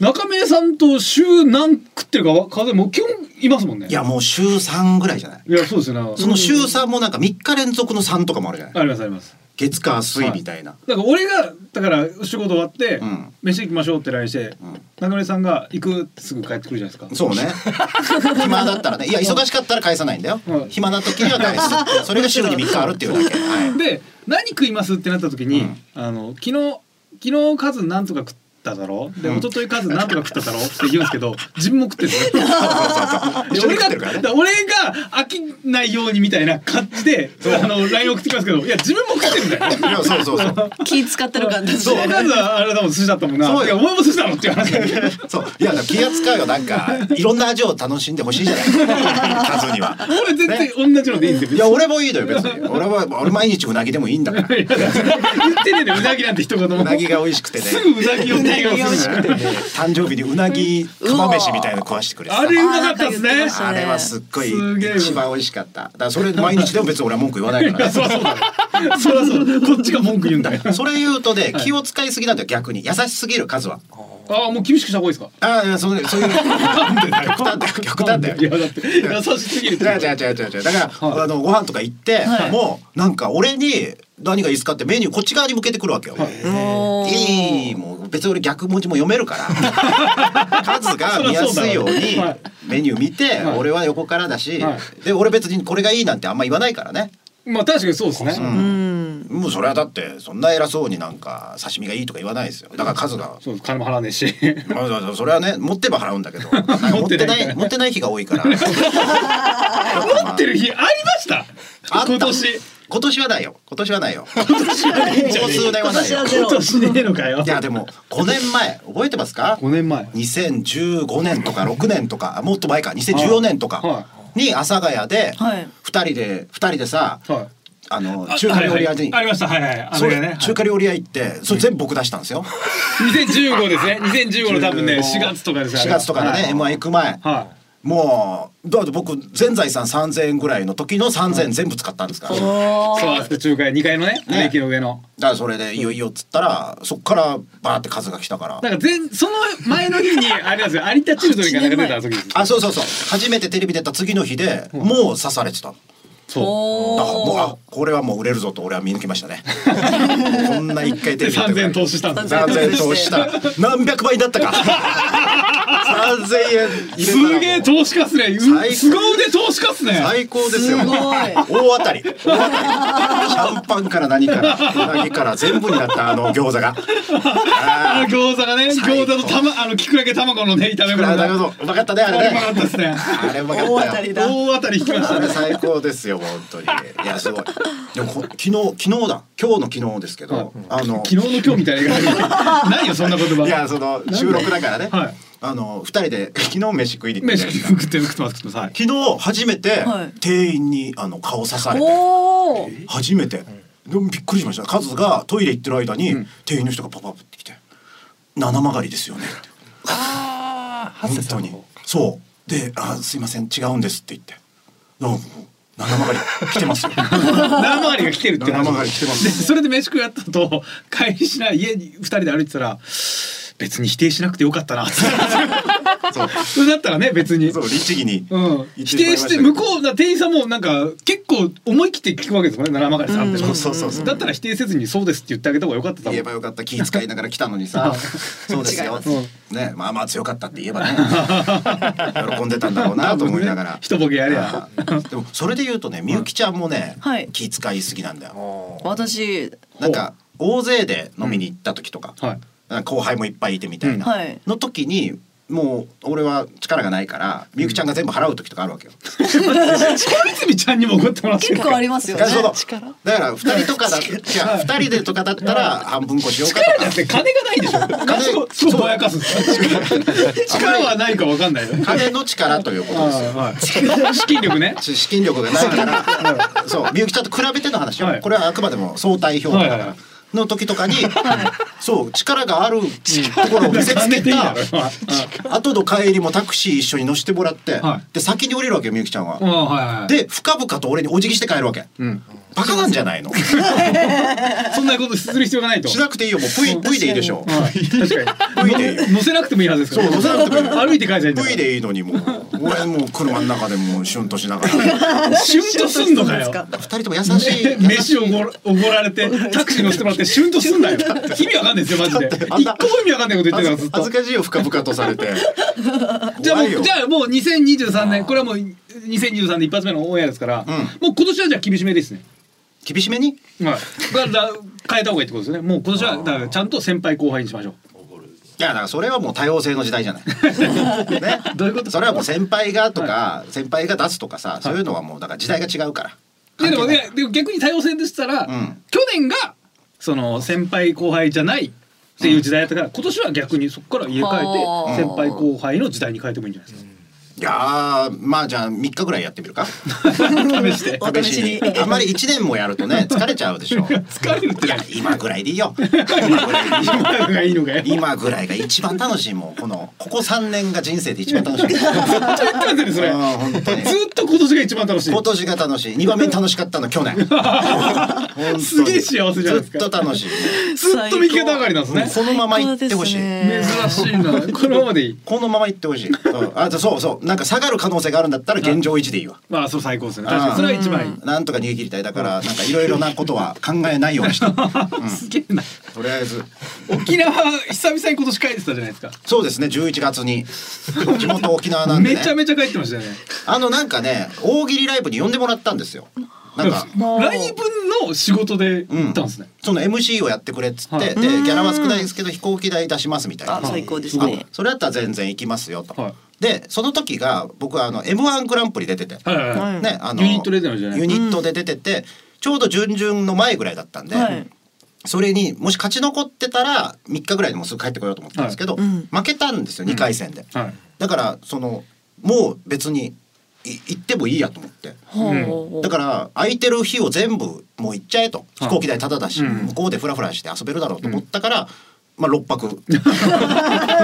C: 中目さんと週何食ってるかわ数えもう基本いますもんね
I: いやもう週3ぐらいじゃない
C: いやそうですよね
I: その週3もなんか3日連続の3とかもあるじゃない
C: ありますあります
I: 月火水みたいな、
C: だから俺がだから仕事終わって、
I: うん
C: 飯行きましょうって LINE して、
I: ん
C: 中目さんが行くってすぐ帰ってくるじゃないですか
I: そうね <laughs> 暇だったらねいや忙しかったら返さないんだよ、
C: うん
I: 暇な時には返すそれが週に3日あるっていうだけ、はい、
C: で何食いますってなった時に、
I: うん
C: あの昨日昨日数何とか食っただろで、
I: うん
C: 一昨日数何とか食っただろって言うんですけど自分も食ってるんですよで
I: <laughs> 一緒
C: 俺
I: に食っ
C: が
I: てるからね
C: だ俺が飽きないようにみたいな感じであの LINE 送ってきますけどいや自分も食ってるんだよ <laughs>
I: <laughs> いやそうそうそう
D: 気使ってる感じです
C: そ
D: ね
C: う数はあれだもん寿司だったもんな
I: そうよ
C: いやお前も寿司だろっていう話
I: <laughs> そういやだから気が使うよなんかいろんな味を楽しんでほしいじゃない数には
C: 俺絶対同じのでいいんです
I: い
C: よ
I: や俺もいいのよ別に俺は俺毎日うなぎでもいいんだ <laughs> から
C: 別にいや言ってねえでうなぎなんて一言も
I: うなぎが美味しく <laughs> てね
C: すぐうなぎを提供する
I: で誕生日にうなぎ釜飯みたいなの食わしてくれてさ
C: あれうまかったです
D: あーなんか言ってま
C: ね
D: した
I: <laughs> あれはすっごい
C: すげえ
I: 一番美味しかっただからそれ毎日でも別に俺は文句言わない <laughs> からね
C: そうそうだそりゃそうだこっちが文句言うんだよ
I: それ言うとね気を使いすぎなんだよ逆に優しすぎる数は
C: ああもう厳しくした方がいいですか
I: ああそうそう <laughs> いう極端だよ極端だよ
C: いやだって優しすぎる
I: 違う違う違う違う違うだから、あのご飯とか行って、もうなんか俺に何がいいですかってメニューこっち側に向けてくるわけよ。
D: もう
I: いいもう別に俺逆文字も読めるから
C: <laughs>
I: 数が見やすいように
C: はい
I: メニュー見て、
C: はい
I: 俺は横からだし、
C: は
I: で俺別にこれがいいなんてあんま言わないからね、
C: まあ確かにそうですね
D: うん
I: もうそれはだってそんな偉そうになんか刺身がいいとか言わないですよだから数
C: <laughs>
I: が
C: そう金も払わねえ
I: <laughs>
C: し
I: まあまあまあそれはね持ってば払うんだ
C: <laughs>
I: けどなんか持ってない持ってない日が多いから持
C: 持ってる日ありました
I: あった
C: 今年
I: 今年はないよ今年はないよ今年はないここ数年はないよ
D: 今年はゼロ
C: 今年ねえのかよ
I: いやでも5年前覚えてますか
C: 5年前
I: 2015年とか6年とかあもっと前か2014年と
C: は
I: かに阿佐ヶ谷で
D: はい
I: 2人で二人でさ
C: はい
I: あの中華料理屋に
C: ありましたはいはいあ
I: そ
C: れ
I: れ
C: がね
I: 中華料理屋行ってそれ全部僕出したんですよ
C: 2015ですね2015の多分ね
I: 15
C: 4月とかです
I: 4月とかでね M1 行く前
C: は
I: もうだって僕全財産3000円ぐらいの時の3000円全部使ったんですからだか
C: いそうです中華屋2階のね
I: ね
C: 駅の上の
I: らそれでいいよいいよっつったらそっからバーって数が来たから
C: なんか全その前の
I: <laughs>
C: 日にあれなんですよ有田チルドレンがなんか出た時です
I: あそうそうそう初めてテレビ出た次の日でもう刺されてたの
D: お
I: だからもう
D: ー
I: あこれはもう売れるぞと俺は見抜き
C: <laughs>
I: ましたねこんな一回テレビ
C: 3000円投資したんです
I: 三千投資したら何百倍だったか三千円入れたらもう
C: すげえ投資家っすね
I: 最
C: う
I: 高
C: すご腕投資家っすね
I: 最高ですよ
D: すごい
I: 大当たり大当たりシャンパンから何からうなぎから全部になったあの餃子が
C: あ
I: あ
C: の餃子がね
I: 最
C: 餃
I: 高
C: 子の玉あのきくらげ卵のね炒め
I: あ
C: 物が
I: なるほどうまかったねあれ
C: うまかったで
I: ね
C: すね
I: あれうまか
D: 大当
I: った
D: た
I: よ
D: りだ
C: 大当たり引きまし
I: あ
C: た
I: れ
C: ね
I: 最高ですよ本当にいやすごいでもこ昨日昨日だ今日の昨日ですけど、あの
C: 昨日の今日みたいな言い
I: <laughs>
C: 方ないよそんな言葉
I: いやその収録だからね、
C: はい
I: あの二人で昨日飯食いに行ったじゃ
C: 飯
I: ないですか
C: 食って食ってます食ってますはい
I: 昨日初めて
D: はい
I: 店員にあの顔刺されて
D: おお
I: 初めてでもびっくりしましたカズがトイレ行ってる間に店員の人がパパってきて「七曲がりですよね」って本当にそうで「あすいません違うんです」って言って「どうも七曲がり来てますよ」
C: 七回りが来てるって
I: 七曲がり来てます
C: でそれで飯食いやったと帰りしない家に二人で歩いてたら別に否定しなくてよかったな
I: <laughs>
C: って
I: そう
C: そうだったらね別に
I: そう律儀に
C: うん、
I: 言っ
C: 否
I: しま
C: 定
I: いまた
C: し
I: け
C: て
I: ど
C: 向こうだ店員さんもなんか結構思い切って聞くわけですもんね七曲りさんって
I: そうそうそうそう
C: だったら否定せずに「そうです」って言ってあげた方が良かっただ
I: 言
C: も
I: え
C: ん
I: ばよかった気遣いながら来たのにさそうですよねまあまあ強かったって言えばね喜んでたんだろうなと思いながら
C: 一ボケやりゃ
I: うんでもそれで言うとねみゆきちゃんもね、
D: はい
I: 気遣いすぎなんだよ
D: 私
I: なんか大勢で飲みに行った時とか,、
C: はい
I: 後輩もいっぱいいてみたいな、
D: はい
I: の時にもう俺は力がないからみゆきちゃんが全部払う時とかあるわけよ、
C: 小泉 <laughs> ちゃんにも怒ってもらってる
D: 結構ありますよね
I: だからそ
D: 力
I: のだから2人とかだいや二人でとかだったら半分こしようかとか
C: だって金がないでしょ金
I: <laughs>
C: そうそうぼやかすんですよ力はないかわかんないよ
I: 金の力ということですよ
C: はい資金力ね
I: ち資金力がないから <laughs> そうみゆきちゃんと比べての話よ、
C: はい
I: これはあくまでも相対評価だから、
C: はいはい
I: の時とかに、そう力があるところを見せつ
C: 金
I: け
C: でいいだ
I: た
C: ろはい
I: 後の帰りもタクシー一緒に乗せてもらって、
C: はい
I: で先に降りるわけよみゆきちゃんは、
C: うんはいはいはい
I: で深々と俺にお辞儀して帰るわけ、バカなんじゃないの
C: そんなことする必要がないと
I: しなくていいよもうプイプイでいいでしょ
C: はい確か
I: プイでいいよ
C: に乗せなくてもいいはずですから
I: そう乗せなくてもいい
C: 歩いて帰っちゃいんだか
I: プ
C: ら
I: イでいいのにもう俺もう車の中でもうシュンとしながら
C: シュンとすんのかよ
I: 二人とも優しい
C: で
I: 優し
C: 飯
I: い
C: をおごらおごられてタクシー乗せてもらってシュンとすんだよ意味わかんないですよマジで
I: だって
C: 一
I: あ
C: 個
I: ん
C: も
I: な
C: 意味わかんないこと言ってたからずっと
I: 恥ずかしいよ深々とされて
C: <laughs> じゃあも
I: 怖いよ
C: うじゃあもう2023年これはもう2023年一発目のオンエアですから、
I: ん
C: もう今年はじゃあ厳しめですね。
I: 厳しめに
C: はい。だから変えた方がいいってことですね。もう今年はだからちゃんと先輩後輩にしましょう。
I: いやだからそれはもう多様性の時
C: <laughs>
I: 代じゃない。ね、
C: どういうこと
I: それはもう先輩がとか、先輩が出すとかさ、そういうのはもうだから時代が違うから。
C: ででも
I: 関係ない
C: ねでも逆に多様性でしたら、
I: うん
C: 去年がその先輩後輩じゃないっていう時代だったから、今年は逆にそこから入れ替
D: は
C: え
D: あ
C: て先輩後輩の時代に変えてもいいんじゃないですか。
I: いやーまあじゃあ3日ぐらいやってみるか
C: 試して
I: <laughs>
D: お試しに
I: あんまり1年もやると
C: <laughs>
I: ね疲れちゃうでしょい
C: 疲れるってな
I: や
C: い。
I: 今ぐらいでいい
C: <laughs>
I: よ今ぐらいでいいよ
C: 今がいいのかよ。
I: <laughs> 今ぐらいが一番楽しいもうこのここ3年が人生で一番楽しい
C: <laughs> ちょっと待ってねそれ。
I: う
C: ず
I: ん本当に
C: っと今年が一番楽しい。
I: 今年が楽しい2番目に楽しかったの去
C: <laughs>
I: 年本当に
C: すげえ幸せじゃないですか
I: ずっと楽しい
C: ずっと右肩上がりなんですね。
I: このまま行ってほしい、
C: 珍しいな。このままでいい。
I: このまま行って
C: <laughs>
I: ほしい、うん、あとそうそうなんか下がる可能性があるんだったら現状維持でいいわ
C: まあ、それ最高ですね。確かに、それは一番いい。
I: なんとか逃げ切りたいだからなんかいろいろなこ
C: <laughs>
I: とは考えないようにした
C: すげえな。
I: とりあえず
C: 沖縄、久々に今年帰ってたじゃないですか。
I: そうですね11月に地元沖縄なんで、ね、
C: めちゃめちゃ帰ってましたよね。
I: あのなんかね大喜利ライブに呼んでもらったんですよなんか
C: ライブの仕事で行ったんですね。
I: その MC をやってくれっつって、
C: はい
I: でギャラは少ないですけど飛行機代出しますみたいな
D: あ最高です
I: あ
D: ね
I: それだったら全然行きますよと、
C: はい
I: でその時が僕はあの M1 グランプリ出てて、
C: はいはいはい。
D: うん
I: ね、あの
C: ユニットで出てましたね
I: ユニットで出てて、ちょうど準々の前ぐらいだったんで、
D: はい
I: それにもし勝ち残ってたら3日ぐらいでもうすぐ帰ってこようと思ったんですけど、
D: はいうん
I: 負けたんですよ2回戦で、
C: はい。
I: だからそのもう別にい行ってもいいやと思って
D: ほう
I: だから空いてる日を全部もう行っちゃえと飛行機代タダだし、
C: うん
I: 向こうでフラフラして遊べるだろうと思ったから、まあ6泊6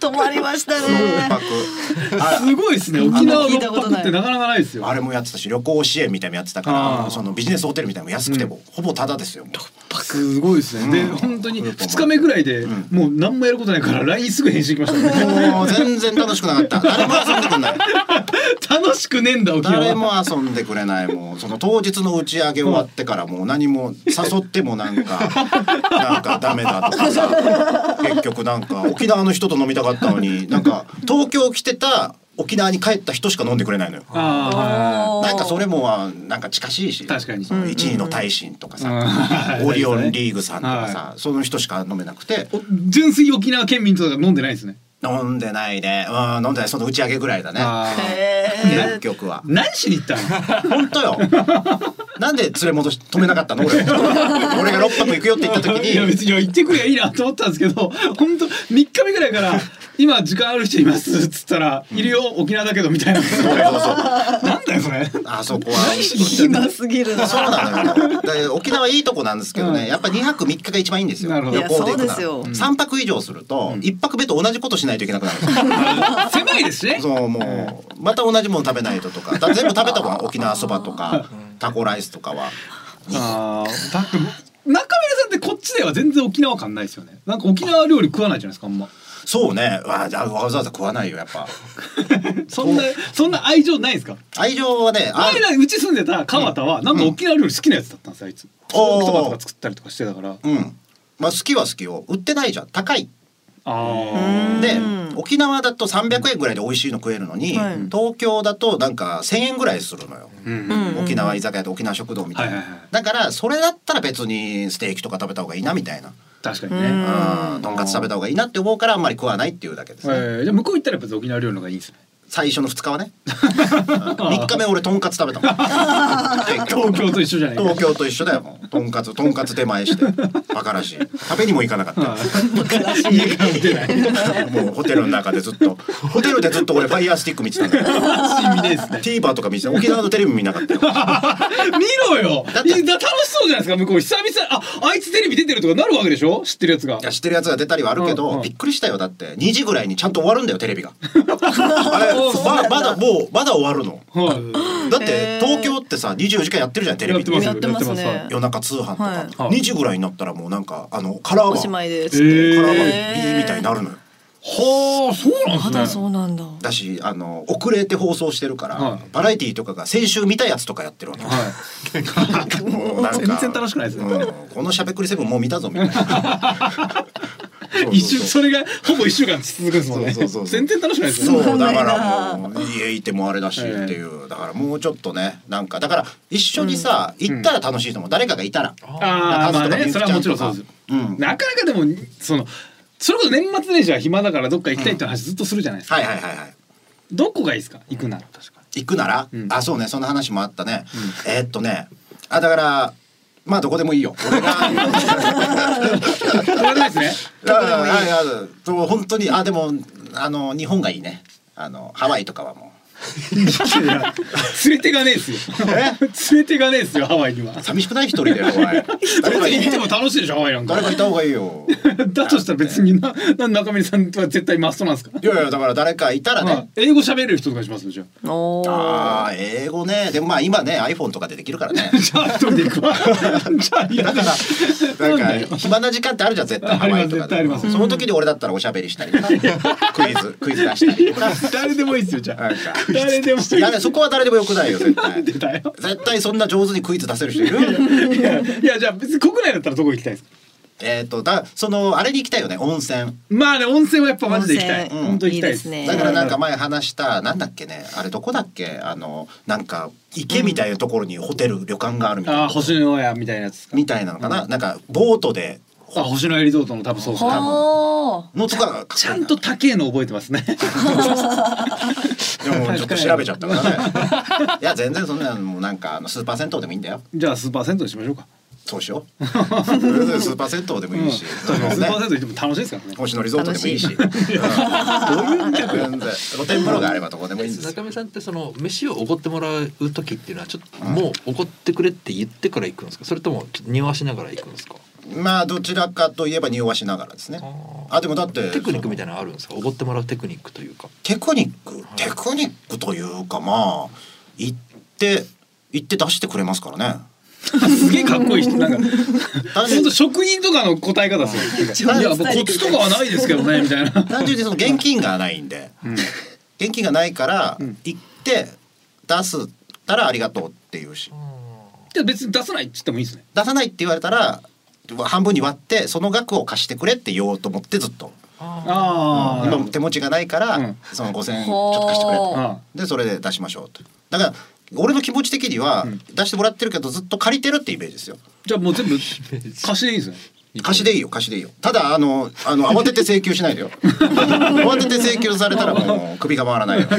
D: 止まりましたね。
I: 泊あ
C: すごいですね。沖縄
D: 聞
C: 六
D: いたこと
C: 泊
D: ない
C: ってなかなかないですよ。
I: あれもやってたし旅行支援みたいなのやってたか
C: あ
I: ら
C: ー
I: そのビジネスホテルみたいなのも安くても、ほぼタダですよ。
C: すごいですね。で、
I: うん
C: 本当に
I: うん
C: 二日目ぐらいで、もう何もやることないから、ラインすぐ返信来ま
I: <laughs>
C: したね。
I: もう全然楽しくなかった。誰も遊んでくれない。
C: 楽しくねえんだ、沖
I: 誰も
C: 縄。
I: 遊んでくれない。もうその当日の打ち上げ終わってからもう何も誘ってもなんかなんかダメだとかさ、結局なんか沖縄の人と飲みたかったのになんか東京来てた沖縄に帰った人しか飲んでくれないのよ。
C: ああ、はいはいはい。
I: なんかそれもはなんか近しいし、
C: 確かに
I: その一位の大臣とか
C: うん
I: さ、
C: うん <laughs>
I: オリオンリーグさんとかさ、その人しか飲めなくて。
C: お純粋沖縄県民とか飲んでないですね。
I: 飲んでないね。うん、飲んでない。その打ち上げぐらいだね。
C: あー
I: 結局は。
C: 何しに行ったの。
I: 本当
C: <laughs>
I: よ。なんで連れ戻し止めなかったの俺を。俺が六泊行くよって言った時
C: いや
I: に。
C: 別に行ってくりゃいいなと思ったんですけど本当3日目ぐらいから「今時間ある人います」っつったら「いるよ沖縄だけど」みたいな
I: そうそうそう。
C: なんだよそれ
I: あそこは。
D: 暇すぎるな。
I: そうなのよ。だから沖縄いいとこなんですけどね、やっぱ2泊3日が一番いいんですよ。
C: なるほど
I: 旅行で行く
D: いやそうですよ
I: なら。3泊以上すると、1泊目と同じことしないといけなくなるんですよ。
C: 狭いですしね
I: <laughs> そうもうまた同じもの食べないととかだから全部食べたもん沖縄そばとかタコライスとかは
C: あーだって中村さんってこっちでは全然沖縄感ないですよねなんか沖縄料理食わないじゃないですかあんま
I: そうねわざわざ食わないよやっぱ
C: そんなそんな愛情ないですか
I: 愛情はねあ
C: 前らうち住んでた川田はなんか沖縄料理好きなやつだったんですよあいつソーキそばとか作ったりとかしてたから
I: うんまあ好きは好きよ売ってないじゃん高い
C: ああ
I: で
D: うん
I: 沖縄だと300円ぐらいで美味しいの食えるのに、
D: はい
I: 東京だとなんか1,000円ぐらいするのよ、
C: うん
D: うん
I: 沖縄居酒屋と沖縄食堂みたいな、
C: はいはいはい
I: だからそれだったら別にステーキとか食べた方がいいなみたいな、
C: 確かに
D: う
C: ね
D: ん
I: うん、とんかつ食べた方がいいなって思うからあんまり食わないっていうだけです
C: え
I: ね、
C: ーじゃあ向こう行ったらやっぱり沖縄料理の方がいいん <laughs> ですね
I: 最初の2日はね3日目俺とんかつ食べたもん結局
C: 東京と一緒じゃないか
I: 東京と一緒だよもうとんかつとんかつ出前してバカらしい食べにも行かなかったよ
C: 家から出ない。
I: もうホテルの中でずっとホテルでずっと俺ファイヤースティック見てたんだよ
C: 意味ねえですね。
I: TVer とか見てた沖縄のテレビ見なかっ
C: <laughs>
I: たよ
C: 見ろよ。
I: だっ
C: だ
I: て
C: 楽しそうじゃないですか。向こう久々ああいつテレビ出てるとかなるわけでしょ。知ってるやつが
I: い。や知ってるやつが出たりはあるけど、
C: うんうん <laughs>
I: びっくりしたよだって2時ぐらいにちゃんと終わるんだよテレビがあれままだもうまだ終わるの
C: は
I: だっ
D: へ
I: て
D: ー
I: 東京ってさ24時間やってるじゃんテレビで
C: やってます
D: やってます
C: やって
D: ね
I: 夜中通販とか、
C: はい
I: 2時ぐらいになったらもうなんかあのカラー
D: お
I: バ
D: しま
I: ー
D: いです
C: えー
I: カラーバ
D: へ
I: ー
D: ー
I: B みたいになるのよ
C: あ、そう
D: ま
C: なん
D: だ
C: ですね。
D: そうなんだ
I: だしあの遅れて放送してるから、
C: はい
I: バラエティーとかが先週見たやつとかやってるわけ、
C: はい。
I: もうなんか
H: 全然楽しくないですね
I: うんこのしゃべくりセブンもう見たぞみたいな
C: 一週それがほぼ一週間続くんですもんね。
I: そうそうそう
C: 全然楽しくないです
I: そ
C: よね。
I: うだか
D: な
I: ら
D: い
I: もう家いてもあれだしっていうだからもうちょっとねなんかだから一緒にさ、行ったら楽しいと思う誰かがいたら。
C: ああ、まあね、それはもちろんそうです。
I: うん
C: なかなかでもそのそれこそ年末年始は暇だからどっか行きたいって話ずっとするじゃないですか。
I: はいはいはいはい
C: どこがいいですか？行くなら確か
I: 行くなら、
C: うん
I: あそうねそんな話もあったね、えーっとねあだからまあどこでもいいよ俺が
C: に。どうでもいいですね。
I: あああそう本当にあでもあの日本がいいねあのハワイとかはも
C: いや <laughs> 連れてがねえですよ。 <laughs> 連れてがねえですよハワイには
I: う。寂しくない一人でお
C: <laughs>
I: 前誰か
C: 行
I: い
C: っても楽しいでしょハワイなん
I: 誰
C: か。
I: かいた方がいいよ
C: <laughs> だとしたら別になな中森さんとは絶対マストなんですか？
I: いやいやだから誰かいたらね、
C: まあ英語喋れる人とかしますよじゃあ。 <laughs>
D: おー
I: あー英語ねでもまあ今ね iPhone とかでできるから
C: <laughs>
I: ね
C: じゃあ一人で行くわ。 <laughs> じゃあいやだから。
I: なん
C: なんだよ
I: か暇な時間ってあるじゃん絶対
C: あ
I: ハ
C: りま
I: ワ
C: す
I: イとか
C: 絶対あります
I: その時に俺だったらおしゃべりしたりとかクイズクイズ出したり
C: <laughs>
I: とか
C: 誰でもいいですよじゃあ
I: なんか
C: <laughs> 誰でもいい
I: いやそこは誰でもよくないよ
C: <laughs>
I: 絶対
C: だよ
I: 絶対そんな上手にクイズ出せる人いる
C: いやいやじゃあ別に国内だったらどこ行きたいですか
I: えっとだそのあれに行きたいよね温泉
C: まあね温泉はやっぱマジで行きたい
D: 温
I: 泉
C: 本当行きたい
D: いいですね
I: だからなんか前話したなんだっけねあれどこだっけあのなんか池みたいなところにホテル旅館があるみたい
C: あ
I: な
C: あ星のやみたいなやつですか
I: みたいなのかななんかボートで
C: あ星のやリゾートの多分そうですね
D: は
I: のとかが
C: ちゃんと高えの覚えてます <laughs> ね
I: でもちょっと調べちゃったからね。いや全然そんなもうなんかあのスーパー銭湯でもいいんだよ。
C: じゃあスーパー銭湯にしましょうか
I: そうしよう。それぞれスーパー銭湯でもいいし、
C: ス
I: あの
C: ーパー銭湯
I: ね
C: 行っても楽しいですからね
I: 星野リゾートでもいいし。うん
C: どういう客
I: 全然露天風呂があればどこでもいいんですよ。
E: 中身さんってその飯をおごってもらう時っていうのはちょっともうおごってくれって言ってから行くんですかそれともちょっと匂わしながら行くんですか
I: まあどちらかといえば匂わしながらですね。あでもだって
E: テクニックみた
I: いな。
E: いなのあるんですかおごってもらうテクニックというか
I: テクニックテクニックというかまあ行って行って出してくれますから
C: <laughs>
I: ね。
C: すげえかっこいい人なんか本
I: 単純
C: 当
I: に
C: 職人とかの答え方ですよ
I: うん
C: いやもうコツとかはないですけどねみたいな <laughs>
I: 単純にその現金がないんで。現金がないから行って出すたらありがとうっていうし
C: じゃあ別に出さないって言ってもいいですね
I: 出さないって言われたら半分に割ってその額を貸してくれって言おうと思ってずっと
C: ああ
I: 今手持ちがないから、
C: うん
I: その5,000円ちょ
D: ほー
I: っと貸してくれ
C: あ
I: とでそれで出しましょうとだから俺の気持ち的には出してもらってるけどずっと借りてるってイメージですよ
C: じゃあもう全部貸しでいいんですね
I: 貸しでいいよ貸しでいいよただあのあの慌てて請求しない
C: <laughs>
I: でよ慌てて請求されたらもう首が回らないよ
C: いつ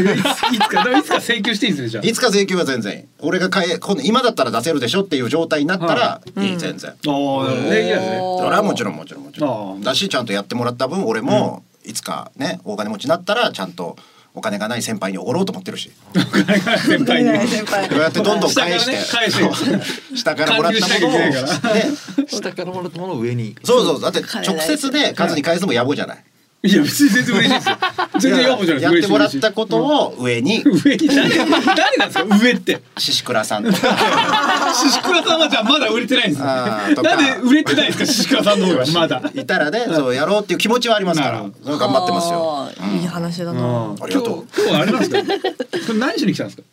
C: いつかでもいつか請求していいんですねじゃ
I: いつか請求は全然いい俺が買えこの今だったら出せるでしょっていう状態になったらいい、全然
C: あああ
D: ー
C: ねいいですね
I: それはもちろんもちろんもちろ
C: あ
I: ん
C: ー
I: だしちゃんとやってもらった分俺もいつかね大金持ちになったらちゃんとお金がない先輩におごろうと思ってるし
C: 先輩に
D: ね先輩
I: こうやってどんどん返して
C: 下からね返して還
I: そう下からもらったものを
C: 流しなきゃいけない
I: ね
E: 下からもらったものを上に行く
I: そうそうだって直接でカズに返すのも野暮じゃない
C: <laughs> いや別に全然嬉しいですよ全然やぼじゃない
I: やってもらった
C: と
I: ことを上に
C: 上に誰誰なんですか上って
I: シシクラさんとか
C: シシクラさんはじゃあまだ売れてないんですね
I: あーとか
C: なんで売れてないんですかシシクラさんの方がまだ
I: いたらねそうやろうっていう気持ちはありますから
C: なる
I: 頑
C: ほ
I: 張ってますよ
D: あーいい話だな
I: ありがとう
C: 今日今日あれなんですかこれ何しに来たんですか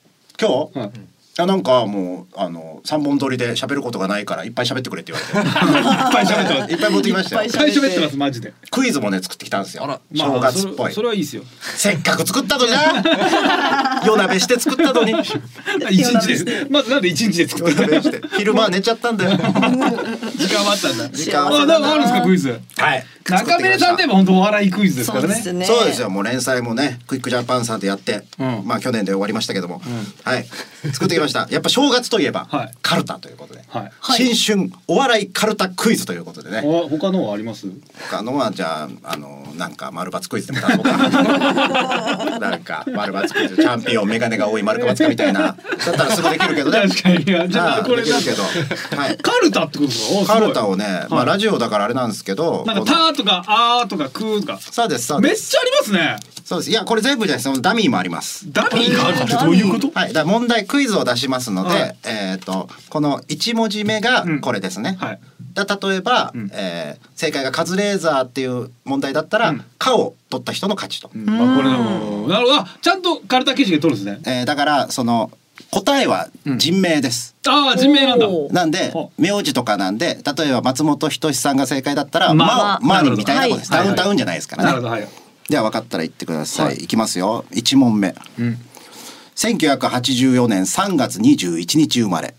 I: 今日、
C: はい
I: いやなんかもうあの三本撮りで喋ることがないからいっぱい喋ってくれって言われて
C: いっぱい喋ってま <laughs>
I: いっぱい持ってきました
D: いっ
I: よ
D: ぱ
C: す最初べってますマジで
I: クイズもね作ってきたんですよ
E: あら
I: 正月っぽ
C: そ
I: い、
C: れそれはいいですよ
I: せっかく作ったのにな夜鍋して作ったのに
C: <laughs> 一日でまずなんで一日で作っ
I: <laughs> 夜
C: た
I: 鍋して昼間は寝ちゃったんだよ
C: 時間はあったんだ <laughs>
I: 時間は
C: あなんかあるんですかクイズ
I: はい
C: 中
I: 目
C: 峰さんといえば本当お笑いクイズですからね
D: ね
I: そうですよもう連載もねクイックジャパンさんでやって、
C: うん
I: まあ去年で終わりましたけども、はい作ってきましたやっぱ正月といえば、
C: はい
I: カルタということで、
C: はい
D: はい
I: 新春お笑いカルタクイズということでね
C: お他のはあります <laughs>
I: 他のはじゃああのなんか丸抜クイズでも出そうかななんかなんか丸バツクイズチャンピオンメガネが多い丸かバツかみたいなだったらすぐできるけどね
C: 確かにいやじゃ
I: は
C: あ
I: い
C: これ
I: でき
C: だ
I: るけど、はい、
C: カルタってことですかおすご
I: カ
C: い
I: ルタをね、まあラジオだからあれなんですけど
C: なんか「
I: この
C: た」とか「あ」とか「く」とか
I: そうですそう
C: めっ
I: で
C: ち
I: す
C: ゃありますね
I: そうですいやこれ全部じゃないそのダミーもあります
C: ダミーがあるってどういうこと
I: はい、だから問題クイズを出しますので、
C: はい
I: えっ、とこの一文字目が
C: うん
I: これですね。
C: はい
I: だ例えば、えー正解がカズレーザーっていう問題だったら、
C: うん
I: かを取った人の勝ちと。
C: うんまあこれでもなるほどあちゃんとカルタ形式で取るんですね
I: えーだからその答えは人名です。
C: ああ人名なんだ
D: おー
I: なんで
C: ほ
I: 名字とかなんで例えば松本人志さんが正解だったら「
C: まあ
I: まあ
C: ま
I: ま
C: あ
I: あにみたいなことです、
C: なるほど
I: ダウンタウンじゃないですからね。
C: なるほどはい
I: では分かったら言ってください。い、きますよ。一問目。1984年3月21日生まれ。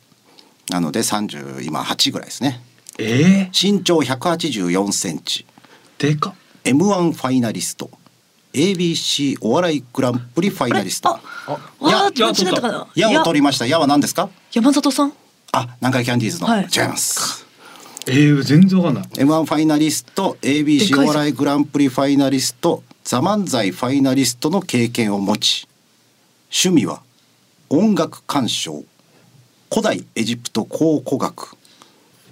I: なので30今8ぐらいですね。
C: え
I: 身長184センチ。
C: えでか
I: M1 ファイナリスト。ABC お笑いグランプリファイナリスト。
D: あ
I: や
D: あー、間違ったかな。
I: 矢を取
D: り。
I: りました。矢は何ですか？
D: 山里
I: <laughs>
D: さん。
I: あ、南海キャンディーズの、
D: はい
I: 違います。
C: えー、全然わかんない
I: M1 ファイナリスト、
D: でか
I: ABC
D: い
I: お
D: ぞ
I: 笑いグランプリファイナリスト、ザ漫才ファイナリストの経験を持ち、趣味は音楽鑑賞、古代エジプト考古学、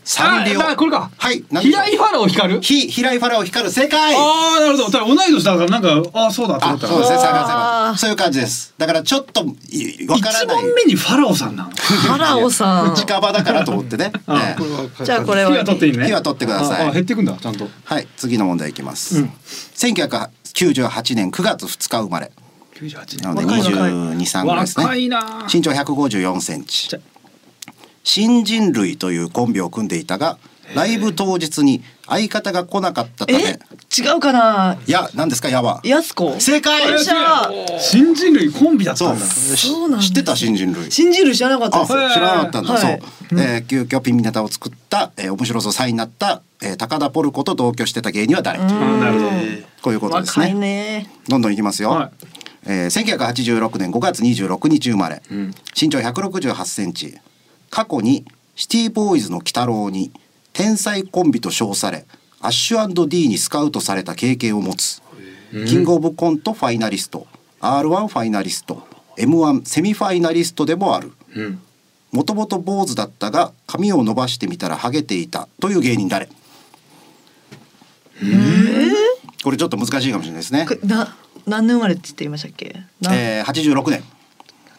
I: サンリオ。
C: ああこれか
I: はい、何でしょう
C: 平井ファラオ光る
I: ひ平井ファラオ光る正解。
C: ああなるほどだから同い年だからなんかああそうだと思
I: あ、
C: った
I: そうですね。正解正
D: あ
I: 解
D: ー
I: そういう感じです。だからちょっといわから
C: 一
I: ない
C: 問目にファラオさんなの
D: ファラオさん。
I: 近場だからと思
C: <laughs>
I: ってね。ええ
D: じゃあこれは
C: 火は取っていいね
I: 火は取ってください
C: ああ減っていくんだちゃんと
I: はい、次の問題いきます。1998年9月2日生まれ。
C: 98
I: なので
D: 若い若い
I: 22、3ぐらいですね。
C: 若いな
I: 身長154センチ。新人類というコンビを組んでいたが、ライブ当日に相方が来なかったた
D: え
I: め、、
D: 違うかな。
I: いや、何ですか、やば。
D: やすこ。
I: 正解
D: よっしゃ
C: 新人類コンビだった
I: そ
C: ん
I: う。
C: だ
D: そうなんだ
I: 知ってた新人類。
D: 信じる知らなかった
I: あ、
D: で
I: 知
D: す。
I: らなかったんだ。
D: はい
I: そう。えー急遽ピンネタを作った、えー面白そうさになった、えー高田ポルコと同居してた芸人は誰？
C: なるほど
I: こういうことです
D: 若い
I: ね。
D: ね。
I: どんどんいきますよ。
C: はい
I: えー1986年5月26日生まれ、身長168センチ過去にシティボーイズの鬼太郎に天才コンビと称されアッシュ &D にスカウトされた経験を持つキングオブコントファイナリスト R1 ファイナリスト M1 セミファイナリストでもあるもともと坊主だったが髪を伸ばしてみたらハゲていたという芸人誰これちょっと難しいかもしれないですね
D: こ。れな何年生まれって言ってましたっけ？な
I: えー、86年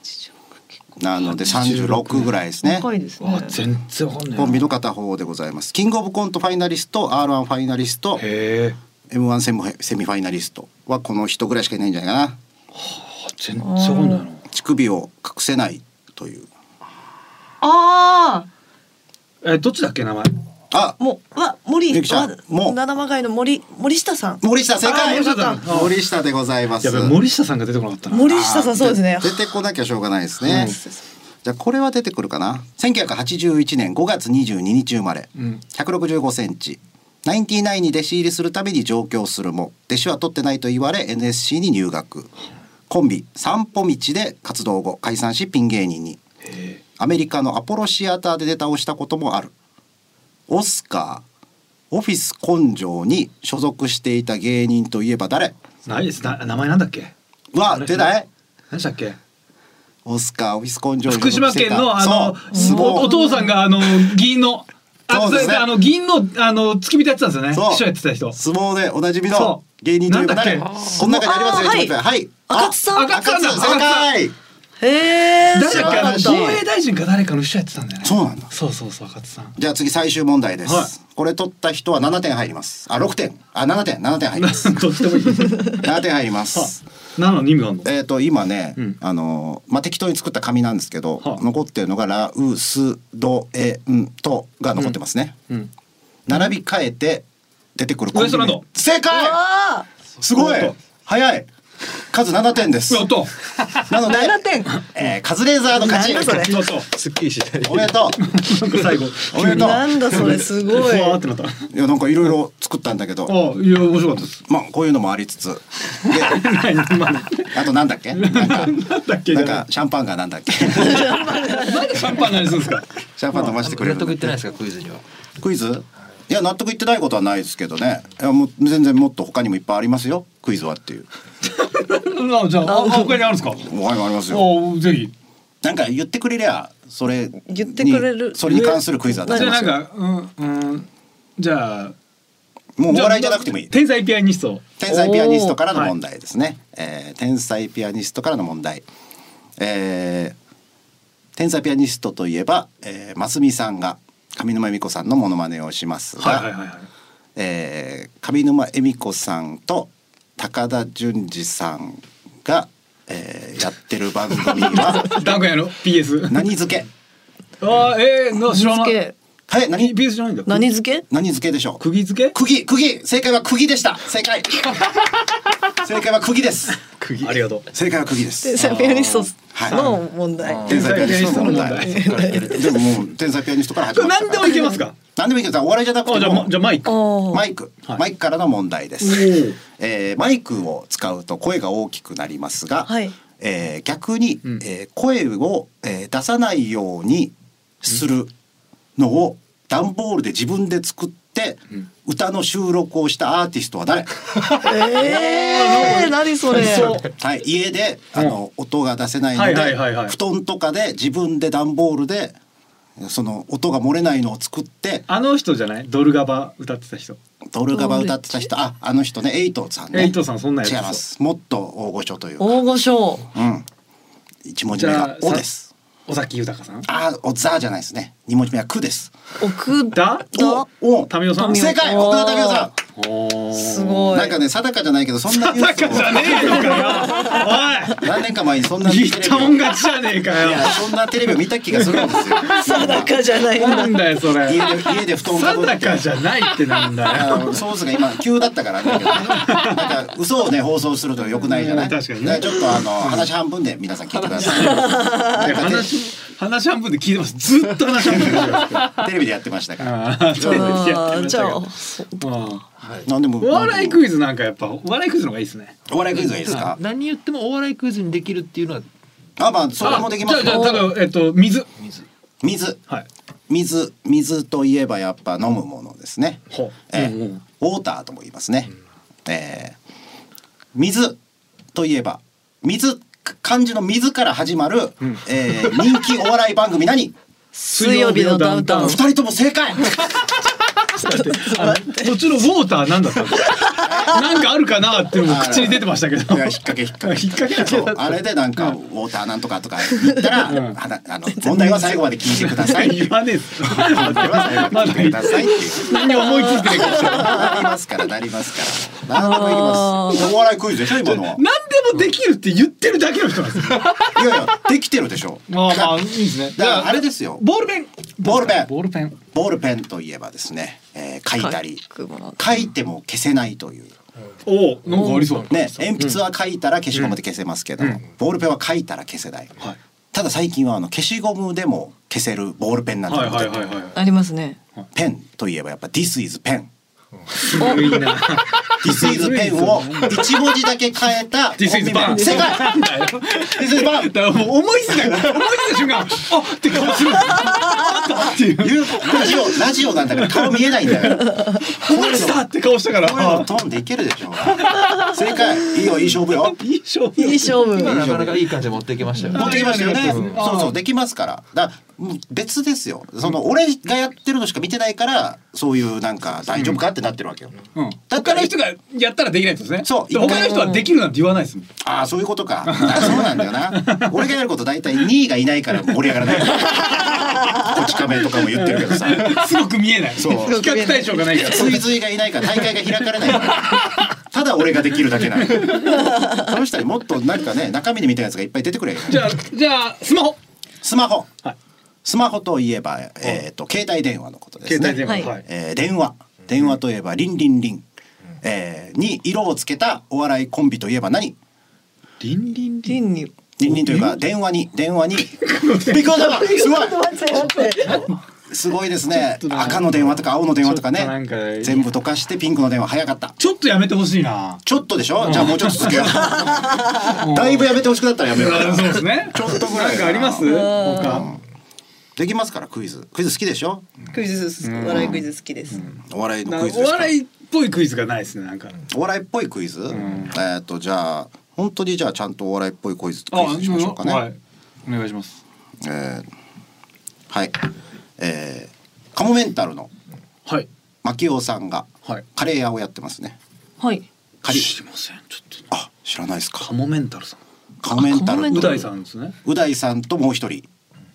D: 86結構
I: なので36ぐらいですね。
D: 若いですね
C: あ。全然わかんない
I: コンビの片方でございます。キングオブコントファイナリスト、R1 ファイナリスト、
C: へえ
I: M1 セミセミファイナリストはこの人ぐらいしかいないんじゃないかな。
C: 全然わかんないな
I: 乳首を隠せないという。
D: あ
C: えどっちだっけ名前
D: あ、、
I: あ
D: もうわ森
I: ゆきちゃん
D: わ
I: もう
D: 七曲がりの森森下さん。
I: 森下正
D: あ
I: 解。
D: よかった
I: 森下でございます。
C: やべ森下さんが出てこなかったな
D: 森下さんそうですね。
I: 出てこなきゃしょうがないですね。じゃあこれは出てくるかな。1981年5月22日生まれ、165センチ。ナインティナインに弟子入りするために上京するも弟子は取ってないと言われ NSC に入学コンビ散歩道で活動後解散しピン芸人にアメリカのアポロシアターでネタをしたこともあるオスカーオフィス根性に所属していた芸人といえば誰
C: ないですな名前なんだっけ
I: は出ない
C: 何でしたっけ
I: オスカーオフィス根性に
C: 福島県のあの
I: そう
C: おお父さんがあの議員のあ
I: そうですね
C: あの議員のあの付き人やってたんですよね
I: そう
C: 秘書やってた人
I: 相撲でおなじみ
C: そ
I: の
C: う
I: 芸人というか誰
C: なんだっ
I: この中にありますよ
D: あー
I: 一番はい
D: 赤津さん
I: あ赤津さん
C: 赤津さん
I: 正解
D: へえ。
C: 誰だっけあの
D: 知らなか
C: 防
D: っ
C: 衛大臣か誰かの秘書やってたんだよね
I: そうなんだ
C: そうそうそう赤津さん <laughs>
I: じゃあ次最終問題です、
C: はい
I: これ取った人は7点入りますあ6点あ7点7点入り
C: <laughs>
I: ます
C: どっちでもいい
I: 7点入ります
C: 何の意味があるの
I: えっと今ね、
C: ん
I: あのーまあ適当に作った紙なんですけど、
C: はあ
I: 残ってるのがラウスドエンとが残ってますね、
C: うん
I: 並び替えて出てくるコンビ名
C: ウエストランド
I: 正
D: た
I: 解
D: あ
I: すごい
C: やっ
I: 早い数7点です
C: やったや
I: なので
D: ー。七点。
I: えー、カズレーザーの勝ち
D: なんだそれ
C: った
E: すっきりしない
I: おめでと
C: なんか最後
I: うおめでとう
D: なんだそれす
I: <laughs>
D: ごい。
C: ふわーってなったあ
I: いやなんかいろいろ作ったんだけど
C: いや面白かったです
I: まあこういうのもありつつで
C: 何何
I: あとなんだっけなんか
C: 何だっけ
I: なんかシャンパンがなんだっけシ
C: なんでシャンパン何するんですか
I: ャンパン飲ませてくれ
E: 納得い
I: る
E: ってないですかクイズには
I: クイズいや納得いってないことはないですけどねいやもう全然もっと他にもいっぱいありますよクイズはっていう
C: あじゃああ他にあるんですか
I: 他にもありますよ
C: おぜひ
I: なんか言ってくれりゃそれに
D: 言ってくれる
I: それに関するクイズは出
C: じ
I: せ
C: ゃあな
I: ます
C: ん
I: よ
C: かうんうんじゃあ
I: もうお笑いじゃなくてもいい
C: 天才ピアニスト
I: 天才ピアニストからの問題ですね、えー天才ピアニストからの問題、えー天才ピアニストといえば、えー、真澄さんが上沼恵美子さんのモノマネをしますが、
C: はいはいはいはい
I: えー上沼恵美子さんと高田純次さんが、えーやってる番組は
C: <laughs> ダンカンやろ PS
I: 何付け
C: あーえー、な知らない
D: 付け
I: はい何
C: PS じゃないんだ
D: 何付け
I: 何付けでしょう
C: 釘付け
I: 釘釘正解は釘でした正
C: <laughs>
I: 解正解は釘です
C: 釘ありがとう
I: 正解は釘です
D: 天才ピアニス
I: はい
D: トの問題。
I: 天才ピアニストの問題
C: 天才
I: <laughs> でももう天才ピアニストから始
C: こ
I: ま
C: れ
I: ったか
C: 何でもい
I: ら
C: けますか
I: 何でもいいけどお笑いじゃなく
C: あ
I: て
C: じゃあ
I: も
C: まじゃあマイク
D: おー
I: マイク、
C: はい
I: マイクからの問題です
C: おお、
I: えーマイクを使うと声が大きくなりますが、
D: はい
I: えー逆に、
C: うん
I: えー声を、えー出さないようにするのを段ボールで自分で作って、歌の収録をしたアーティストは誰、
D: ええー、何それ。
C: そう
I: はい、家であの、音が出せないの
C: はいはい
I: で、
C: はいはい
I: 布団とかで自分で段ボールでその音が漏れないのを作って
C: あの人じゃないドルガバ歌ってた人
I: ドルガバ歌ってた人ああの人ねエイトさんね
C: エイトさんそんなやつ
I: 違いますもっと大御所というか
D: 大御所。
I: うん一文字目が「
C: じゃ
I: お」
C: あ
I: です
C: 尾崎豊さん
I: あーおざじゃないですね二文字目は「く」です
D: 奥
C: だ
D: だ。
I: お
C: 民生さん
D: 民生
I: 正解
D: おー
I: 奥田民生さ
D: す
I: ん
D: ごい。
I: なんかね定かじゃないけどそんな定
C: バカじゃねえのかよ <laughs>
I: 何年か前にそんな
C: おい言っ
I: テレビ
C: たもん勝ちじゃねえか
I: いや
C: よ
I: そんなテレビを見た気がするんで
C: <laughs>
I: すよ
D: 定かじゃないん
C: な
D: だ。
C: んだよそ
I: 家
C: れ
I: で家で布団かぶって
C: 定かじゃないってなんだよ
I: あのソースが今急だったからあれだけどねなんか嘘をね放送すると良くないじゃない。
C: うん確かにね
I: だらちょっとあの話半分で皆さん聞いてくださ
C: で話 <laughs> 話半分で聞いてますずっと話半分で聞いてます <laughs>
I: い。テレビでやってましたから。
C: あーそうですやって
D: あ
C: ま
D: ー
C: し
D: じ
C: たけど、
D: ゃあ
C: うん
I: なんでも
C: お笑いク
I: イ
C: イズなんかやっぱお笑いクイズの方がいいですね。
I: ズ。お笑いクイズがいいですか。
E: 何言ってもお笑いクイズにできるっていうのは
I: あまあそれもできます
C: じゃあ
I: よ。
C: じゃあだからえっと水
E: 水
I: 水
C: はい。
I: 水水といえばやっぱ飲むものですね。
C: ほう
I: ええ
C: うんうん
I: ウォーターとも言いますね。えー水といえば水漢字の水から始まる、えー人気お笑い番組何？
D: 水曜日のダウンタウン
I: 二。人とも正解。
C: あの途中のウォーターなんだったんですか。なんかあるかなっていうのも口に出てましたけど。
I: いや引っ掛け引っ掛け
C: 引っ掛けだけ
I: そう
C: だった
I: あれでなんかウォーターなんとかとか言ったら、
C: うん
I: あなあの問題は最後まで聞いてくだ
C: <laughs>
I: さいってい
C: 言
I: う
C: わねえっす。
I: 問題は最後まで聞いてくださいっていう。
C: 何も思いつ
I: <laughs>
C: いてないかもしれない。
I: なりますからなりますから。何でもいきます。お笑いクイズでしょ今のは。
C: 何でもできるって言ってるだけの人なんですよ。
I: いやいやできてるでしょ。
C: まあまあいいですね。
I: だからあれですよ。
C: ボールペン。
I: ボールペン
C: ボールペン。
I: ボールペンといえばですね、えー書いたり
D: 書くもの
I: 書いても消せないという。
C: おおなんかありそう。
I: ね、鉛筆は書いたら消しゴムで消せますけど、ボールペンは書いたら消せない、
C: はい
I: ただ最近はあの消しゴムでも消せるボールペンなんて
C: はい
I: こ
C: は
I: と
C: い
I: で、
C: はいはい。
D: ありますね。
I: ペンといえばやっぱ「This is
C: <laughs>
I: pen」
C: 古いな。
I: 「This is pen」を一文字だけ変えた
C: This is
I: コン
C: fun
I: ビ名正解 This is
C: だ
I: pen
C: からもう思いついた思いついた瞬間あって顔するあったっていう
I: 言うラジオラジオなんだから顔見えないんだ
C: <laughs>
I: よ
C: 思いついたって顔したから
I: こういうのトーンでいけるでしょ正解いいよいい勝負よ
C: いい勝負
D: いい勝負。
E: 今なかなかいい感じで持ってきましたよ
I: 持ってきましたよね。
C: うん
I: そうそうできますから。だからもう別ですよ。その俺がやってるのしか見てないからそういうなんか大丈夫かってなってるわけよ。
C: うん
I: だ
C: 他の人がやったらできないってことですね
I: そう
C: で他の人はできるなんて言わないですもん
I: ああそういうこと
C: <laughs>
I: か。あそうなんだよな。俺がやること大体2位がいないから盛り上がらない。こち亀とかも言ってるけどさ。
C: すごく見えない
I: そう
C: 比較対象がないから
I: 追随がいないから大会が開かれないから。ただ俺ができるだけなの。その人にもっとなんかね中身に見たやつがいっぱい出てくれよ。
C: じゃあじゃあスマホ
I: スマホ。
C: はい
I: スマホといえばえっと携帯電話のことですね。
C: 携帯電
D: は
C: 話
D: い
C: はい
I: えー電話電話といえば「リンリンリン」えーに色をつけたお笑いコンビといえば何
C: リンリンリン
D: リンに。
I: リンリンというか電話に電話にビッグワンダーすごい
D: 待って待って。
I: すごいですね
C: ちょっとな
I: 赤の電話とか青の電話とか
C: ちょっとなん
I: ね
C: か
I: 全部溶かしてピンクの電話早かった
C: ちょっとやめてほしいな
I: ちょっとでしょじゃあもうちょっと続けよう
C: <laughs>
I: だいぶやめてほしくなったらやめよう
C: そうですね
I: ちょっとぐらい
C: なんかあります
I: う
C: 他
I: できますからクイズクイズ好きでしょ
D: クイズですお笑いクイズ好きです、
I: お笑いの
C: なん
I: クイ
C: か
I: ズ
C: お
I: ですから
C: 笑いっぽいクイズがないですねなんか。
I: お笑いっぽいクイズ、えーっとじゃあ本当にじゃあちゃんとお笑いっぽいクイズクイズにしましょうかね
C: あはい。お願いします。
I: えーはいえー、カモメンタルの
C: はい
I: 牧雄さんが
C: はい。
I: カレー屋をやってますね
D: はい
I: カリ
C: 知りません。ちょっ
I: あ知らないです
C: と
I: か
C: カモメンタルさん。
I: カモメンタ
D: カモ
I: ル
D: メン
C: う
D: タ
C: だ
D: ル
C: いさんですね。
I: うだいさんともう一人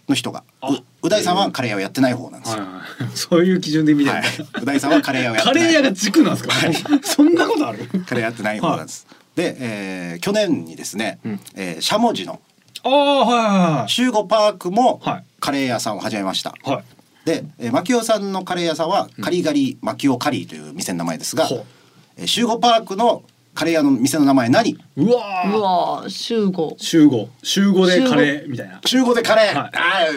I: の人がううだいさんはカレー屋をやってない方なんです
C: はい
I: よ、
C: はい。 <laughs> そういう基準で見て
I: は
C: る
I: い。うだいさんはカレー屋をやって
C: カ
I: ない
C: レー屋が軸なんですか。 <laughs> そんなことある？
I: カレー屋やってない方なんです、で、えー去年にですね、
C: ん
I: えーしゃもじの
C: ああは
I: 集合パークも
C: はい
I: カレー屋さんを始めました、
C: いはいはい。
I: で、えー、マキオさんのカレー屋さんはカリガリマキオカリーという店の名前ですが、
C: ほう
I: えー、集合パークのカレー屋の店の名前何
C: うわー
D: うわー集合
C: 集合集合でカレーみたいな。
I: 集合でカレー、
C: はい
I: あ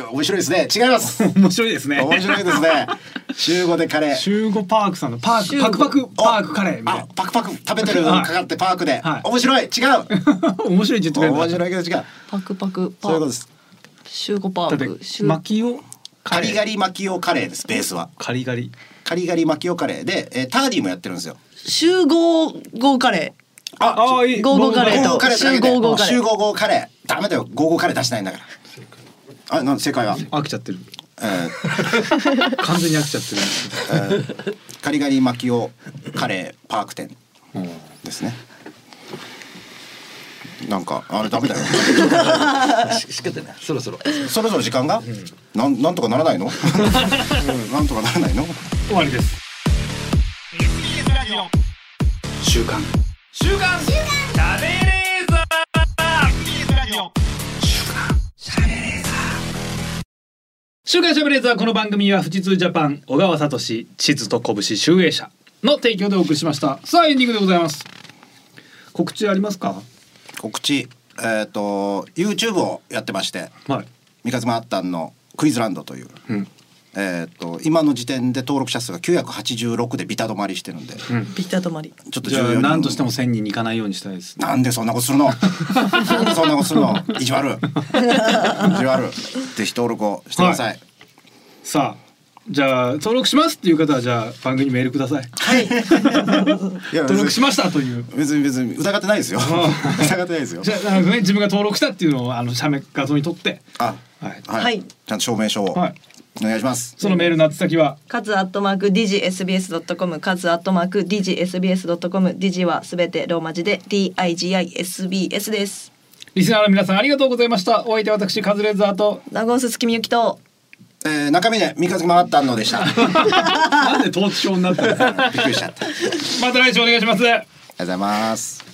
I: あ面白いですね違います
C: <laughs> 面白いですね。
I: 面白いですね集合でカレ
C: <laughs>
I: ー
C: 集合パークさんのパー
D: 集
C: クパ
D: 合
C: クパクパークカレーみたい
I: あパクパク食べてるのかかってパークで、
C: はい
I: 面白い違う
C: な。 <laughs> 面白いって言ってくれるんだ。
I: 面白いけど違う
D: パクパクパ
I: そういう
D: ー
I: ことで
D: ク
I: す
D: 集合パ
C: だっ
D: ーク
C: て
D: 集
C: 巻きを
I: カリガ
C: リ
I: リマキオカレーですベースは
C: カリガリ。
I: カリガリマキオカレーで、えー、ターディーもやってるんですよ
D: 集合合カレ
C: ああい
D: ーゴーゴーカレー
I: ゴーゴー
D: と
I: カレーだけ
D: 集
I: で
D: 合合カレ
I: 集
D: ー
I: 合合カレーダメだよ合合カレー出してないんだからあなん正解は、
C: 飽きちゃってる。
I: えー
C: 完全に飽きちゃってる。
I: カリガリマキオカレーパーク店ですね。なんかあれダメ <laughs> だよ。
E: し仕方ないそろそろ
I: そろそろ時間が、なんなんとかならないの？うんなんとかならないの？
C: 終わりです。
I: 週刊
B: 週刊食べレーザーラジオ
C: 週刊しゃべレーザーこの番組は富士通ジャパン小川聡地図と拳集英社の提供でお送りしました。さあエンディングでございます。告知ありますか？
I: 告知えっ、と YouTube をやってまして、
C: はい。
I: 三日月マッタンのクイズランドという。
C: うん
I: えっと今の時点で登録者数が986でビタ止まりしてるんで、ちょ
D: ビタ止まり
I: っと
C: じゃあ
I: 14人
C: 何としても千人に行かないようにしたいです。
I: なんでそんなことするの
C: <laughs>
I: なんでそんなことするの意地悪意地悪ぜひ登録をしてください、
C: さあ。じゃあ登録しますっていう方はじゃあ番組にメールください。 <laughs>
I: い、や
C: 登録し
I: ま
C: ましたという。
I: 別に別に疑ってないですよ疑ってないですよ
C: じゃああの、ね、自分が登録したっていうのをあの写メ画像に撮って、
I: あ
C: はい、
I: はい、
D: はい
I: ちゃんと証明書を、
C: はい
I: お願いします
C: そのメールの宛先は
D: カズアットマーク digsbs.com カズアットマーク digsbs.com dig はすべてローマ字で digisbs です
C: リスナーの皆さんありがとうございました。お相手は私カズレーザーと
D: 名古屋す月見ゆきと
I: えー、中身ね三日月回ったの
C: <laughs>
I: でしたび
C: なんで統治症になったんですか。 <laughs>
I: っくりしちゃったありがとう
C: また来週お願いします。
I: ございます